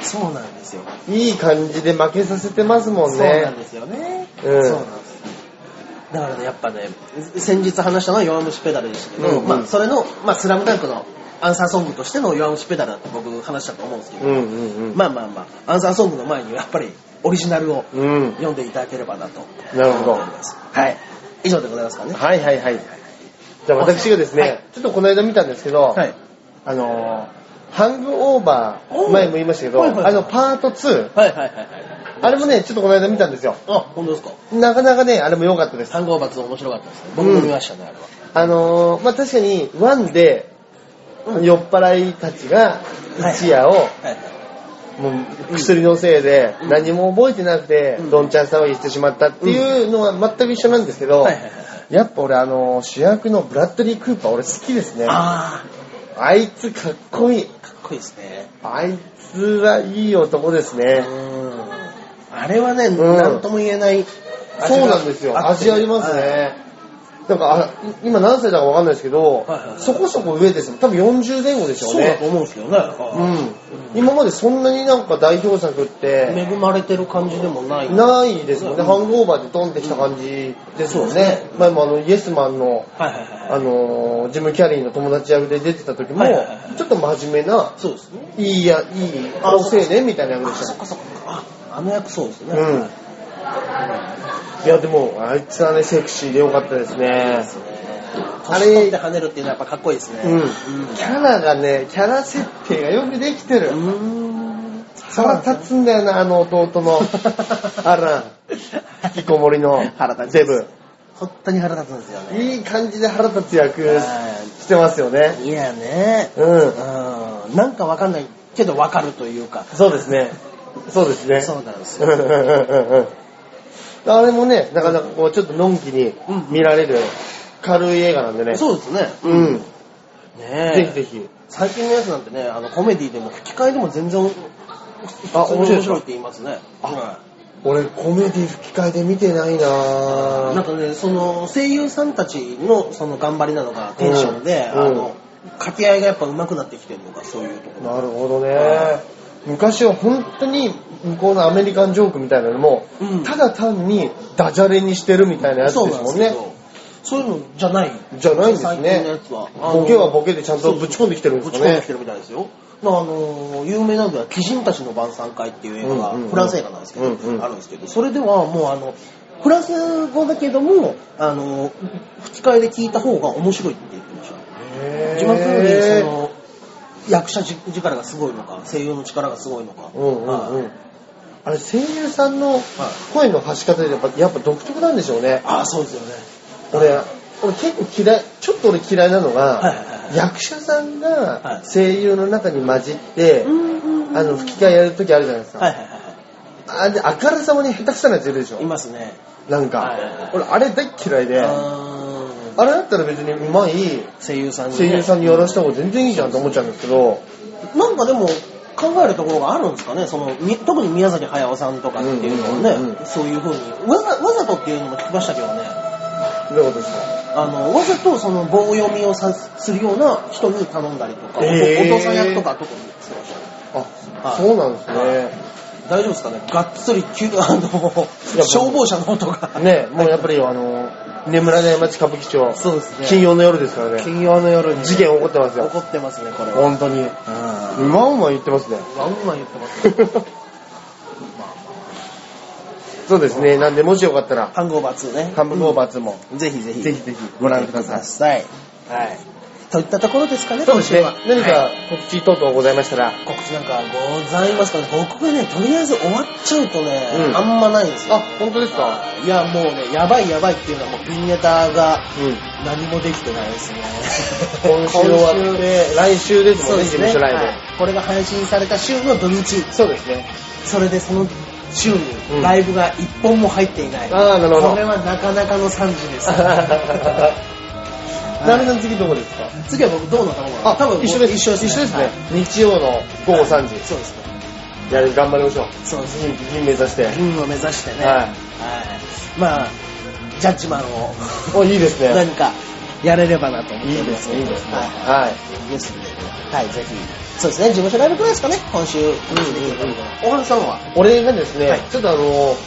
そうなんですよ。
いい感じで負けさせてますもん
そうなん
ね。
ですよね。
うん
そうなんです。だからね、やっぱね、先日話したのは弱虫ペダルでしたけど、
うんうん
まあ、それの、まあ、スラムダンクのアンサーソングとしての弱虫ペダルだって僕話したと思うんですけど、
うんうんうん。
まあまあまあ、アンサーソングの前にやっぱりオリジナルを
うん。
読んでいただければなと思って
なるほど。
おります。はい。以上でございますかね。
はいはいはい。じゃあ私がですね、
はい
ちょっとこの間見たんですけど、
はい。
あのー、ハングオーバ
お
ー、
う
前も言いましたけど、
はいはいはい
あの、パート2、
はいはいはいはい。
あれもね、ちょっとこの間見たんですよ。
あ、本当ですか。
なかなかね、あれも良かったです。
三号罰面白かったですね。僕も見ましたね、あれは。
あのー、まあ、確かに、ワンで、酔っ払いたちが、一夜を、
はいはい。
もう、薬のせいで、
うん
何も覚えてなくて
う、ん
どんちゃん騒ぎしてしまったっていうのは全く一緒なんですけ
は
ど
いはいはいはい、
やっぱ俺、あのー、主役のブラッドリー・クーパー、俺好きですね。
あ
あいつかっこいい。
あ、かっこいいですね。
あいつはいい男ですね。
うんあれはね、
ん
なんとも言えない。
そうなんですよ。味あります
はい。
ね。なんか、あい今何歳だかわかんないですけど
はいはいは、い
そこそこ上ですよ。多分40前後でしょう
そうだ
ね
と。思うんですけどね。
うん。今までそんなになんか代表作って、
恵まれてる感じでもない。は
ないですもんね。
うん
ハングオーバーでドンってきた感じですもん
そうで
ね
すね。
前もあの、イエスマンの、
いはいは
あのー、ジム・キャリーの友達役で出てた時も
はいはいはいは、い
ちょっと真面目な、
い。そうですね。
いいや、いい、青青年みたいな役で
あ、
した
そっ
ね。
かそっか。あ、あの役そうですね。
うん。いや、でも、あいつはね、セクシーでよかったですね。あ
あ
れ
れ。取って跳ねるっていうのはやっぱかっこいいですね。
うん、キャラがね、キャラ設定がよくできてる。
うん。うーん。
腹立つんだよな、あの弟
*laughs*
の。あら、引きこもりの
腹立ちます
デブ。
本当に腹立つんですよね。
いい感じで腹立つ役
は
してますよね。
いいやね。
うん。
うん。なんかわかんないけどわかるというか。
そうですね。そうですね。
そうなんです
う
よ。
んうんうんうんあれもね、なかなかこう、ちょっとのんきに見られる軽い映画なんでね。
そうですね。
うん。
ねえ。
ぜひぜひ。
最近のやつなんてね、あのコメディでも吹き替えでも全然お
あ
普通に
面白いですか
面白いって言いますね。
あ
は
俺、コメディ吹き替えで見てないなぁ
いなんかね、その声優さんたちのその頑張りなのがテンションで、
うん
あの掛け合いがやっぱ上手くなってきてるのがそういうところ。
なるほどね。昔は本当に向こうのアメリカンジョークみたいなのも、
うん
ただ単にダジャレにしてるみたいなやつ
そう
で
な
す
んですけ
もんね。
ど、そういうのじゃない。
じゃないんです
最近の
ね
や。つは。あの
ボケはボケでちゃんとぶち込んできてるんですか
ぶち込んで
ね
き。てるみたいですよ。まああの有名なのは「鬼人たちの晩餐会」っていう映画が、
うんうんうん
フランス映画なんですけど、
うんうん
あるんですけどそれではもうあのフランス語だけどもあの吹き替えで聞いた方が面白いって言ってました
へー
字幕よりその役者じ力がすごいのか声優の力がすごいのか、
うんうんう
はい
ん。あれ、声優さんの声の発し方でやっぱやっぱ独特なんでしょうね。
ああそうですよね
俺、俺結構嫌い、ちょっと俺嫌いなのが、
はいはいはいはい
役者さん
は
が
い
声優の中に混じって、
んう
あの吹き替えやるときあるじゃないですか。
はいはいはいはい
ああれで明るさもね、下手くそなやついるでし
い
ょ。
ますね。
なん
はいはいは
か。俺、あれ大っ嫌いで、あ
あ
れだったら別にうまい
声優さんにね、
声優さんにやらした方が全然いいじゃんと思っちゃうんですけど、
なんかでも、考えるところがあるんですかね、そのみ特に宮崎駿さんとかっていうのはね、
うんうんうんうん
そういうふうにわざ、わざとっていうのも聞きましたけどね、
どういうことですか
あのわざとその棒読みをさするような人に頼んだりとか、お
えー
お父さん役とか特にしてましたね
あ
は、い
そうなんですね。
大丈夫ですかね、がっつり急あの消防車の音が、
ね、もうやっぱりあの、眠らない街歌舞伎町、
そうですね
金曜の夜ですからね。
金曜の夜に
事件起こってますよ
怒。ってますね、これは。
本当に。
うん
うまうま言って
*laughs*
ますね。
ワンマン言ってますね。
そうですね。なんで、もしよかったら、
ハングオーバー2ね。
ハンブオーバーツも、
ぜひぜひ。
ぜひぜひご覧ください。
い。はい。といったところですかね、
そうですね
今。週は
何
は
か
い
告知等々ございましたら、
告知なんかございますかね僕がね、とりあえず終わっちゃうとね、
うん
あんまないんですよ。
あ、本当ですか
いや、もうね、やばいやばいっていうのはもう、ビンネタが
うん。
何もできてないですね。
今週終わって、来週です
そ
も
うんです
ね、事務
ね、
所内
はい
で。
これが配信された週の土日、
そうですね。
それでその週
うん
にライブが一本も入っていない。
あーなるほど
これはなかなかの惨事
*laughs*
です。
なるさん次どこですか
次は僕どうなったのかな
あ、多分一緒です。
一緒ですね。
一緒です
は
ね
い。
日曜の午後3時。
そうですね。
やる、頑張りましょう。
そうです
銀
ね。
銀目指して。
銀を目指してね。
はい
はいまあ、ジャッジマンを
お、いいですね。
何かやれればなと思って
い
お
い
り
で
ますす
ね、
け
いい
ど。
ですね。
はい
はい。
ですね。はい、ぜひ。そうですね、事務所ライブくらいですかね、今週。おはるさんは
俺がですね、
はい
ちょっとあの、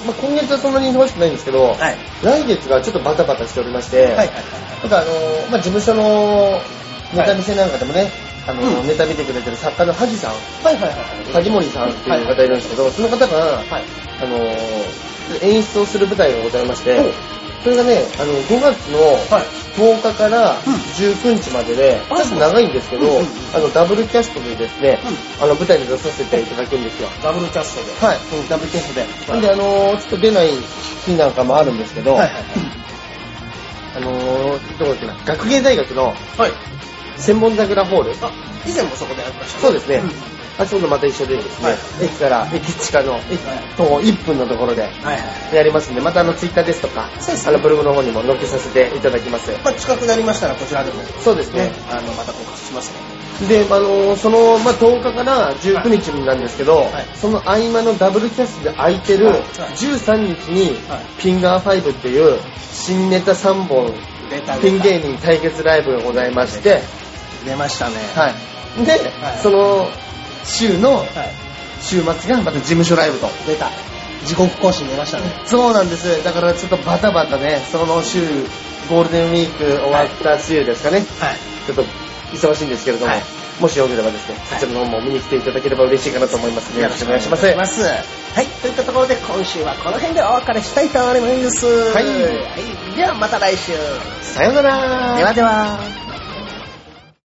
まあ、今月はそんなに忙しくないんですけど、
はい。
来月がちょっとバタバタしておりまして、
はいはい
なんかあの、まあ、事務所のネタ見せなんかでもね、あの、
うん
ネタ見てくれてる作家の萩さん、
はいはいはい。
萩森さんっていう方いるんですけど、その方が、
はい。
あの、演出をする舞台がございまして
ほう、
それがね、あの、5月の
はい。
10日から
うん
19日までで、
あ
ちょっと長いんですけど
うんうんうん、
あの、ダブルキャストでですね、あの、舞台に出させていただくんですよ。
ダブルキャストで。
はい、ダブルテストで。なんで、あのー、ちょっと出ない日なんかもあるんですけど、
はいはい
あのー、どこだっけな、学芸大学の
はい。はい。
千本桜ホール。
あ、以前もそこでやりましたね
そうですね
ん。
あ、ちょうどまた一緒でですね、
はい
駅から、駅地下の、駅徒歩1分のところで
はいはい。
やりますんで、またあの、ツイッターですとか、
そうです
あ
ね
の、ブログの方にも載っけさせていただきます。
まあ、近くなりましたらこちらでも。
そうですね
ね。、あの、また告知しますね。
で、あのー、その、まあ、10日から19日なんですけど、
はい
その合間のダブルキャストで空いてる
はい
13日に
はい、
ピンガー5っていう新ネタ3本、
出た
ピン芸人対決ライブがございまして、
出ましたね。
はい。で、
はい
その週の
はい。
週末がまた事務所ライブと。
出た。地獄更新出ましたね。
そうなんです。だからちょっとバタバタね、その週、ゴールデンウィーク終わった週ですかね。
はい。
ちょっと忙しいんですけれども、
はい
もしよければですね、
はい
そちらの方も見に来ていただければ嬉しいかなと思いますので、よろしくお願いします。
します。はい。といったところで今週はこの辺でお別れしたいと思います。
はい
はい。ではまた来週。
さようなら
ではでは。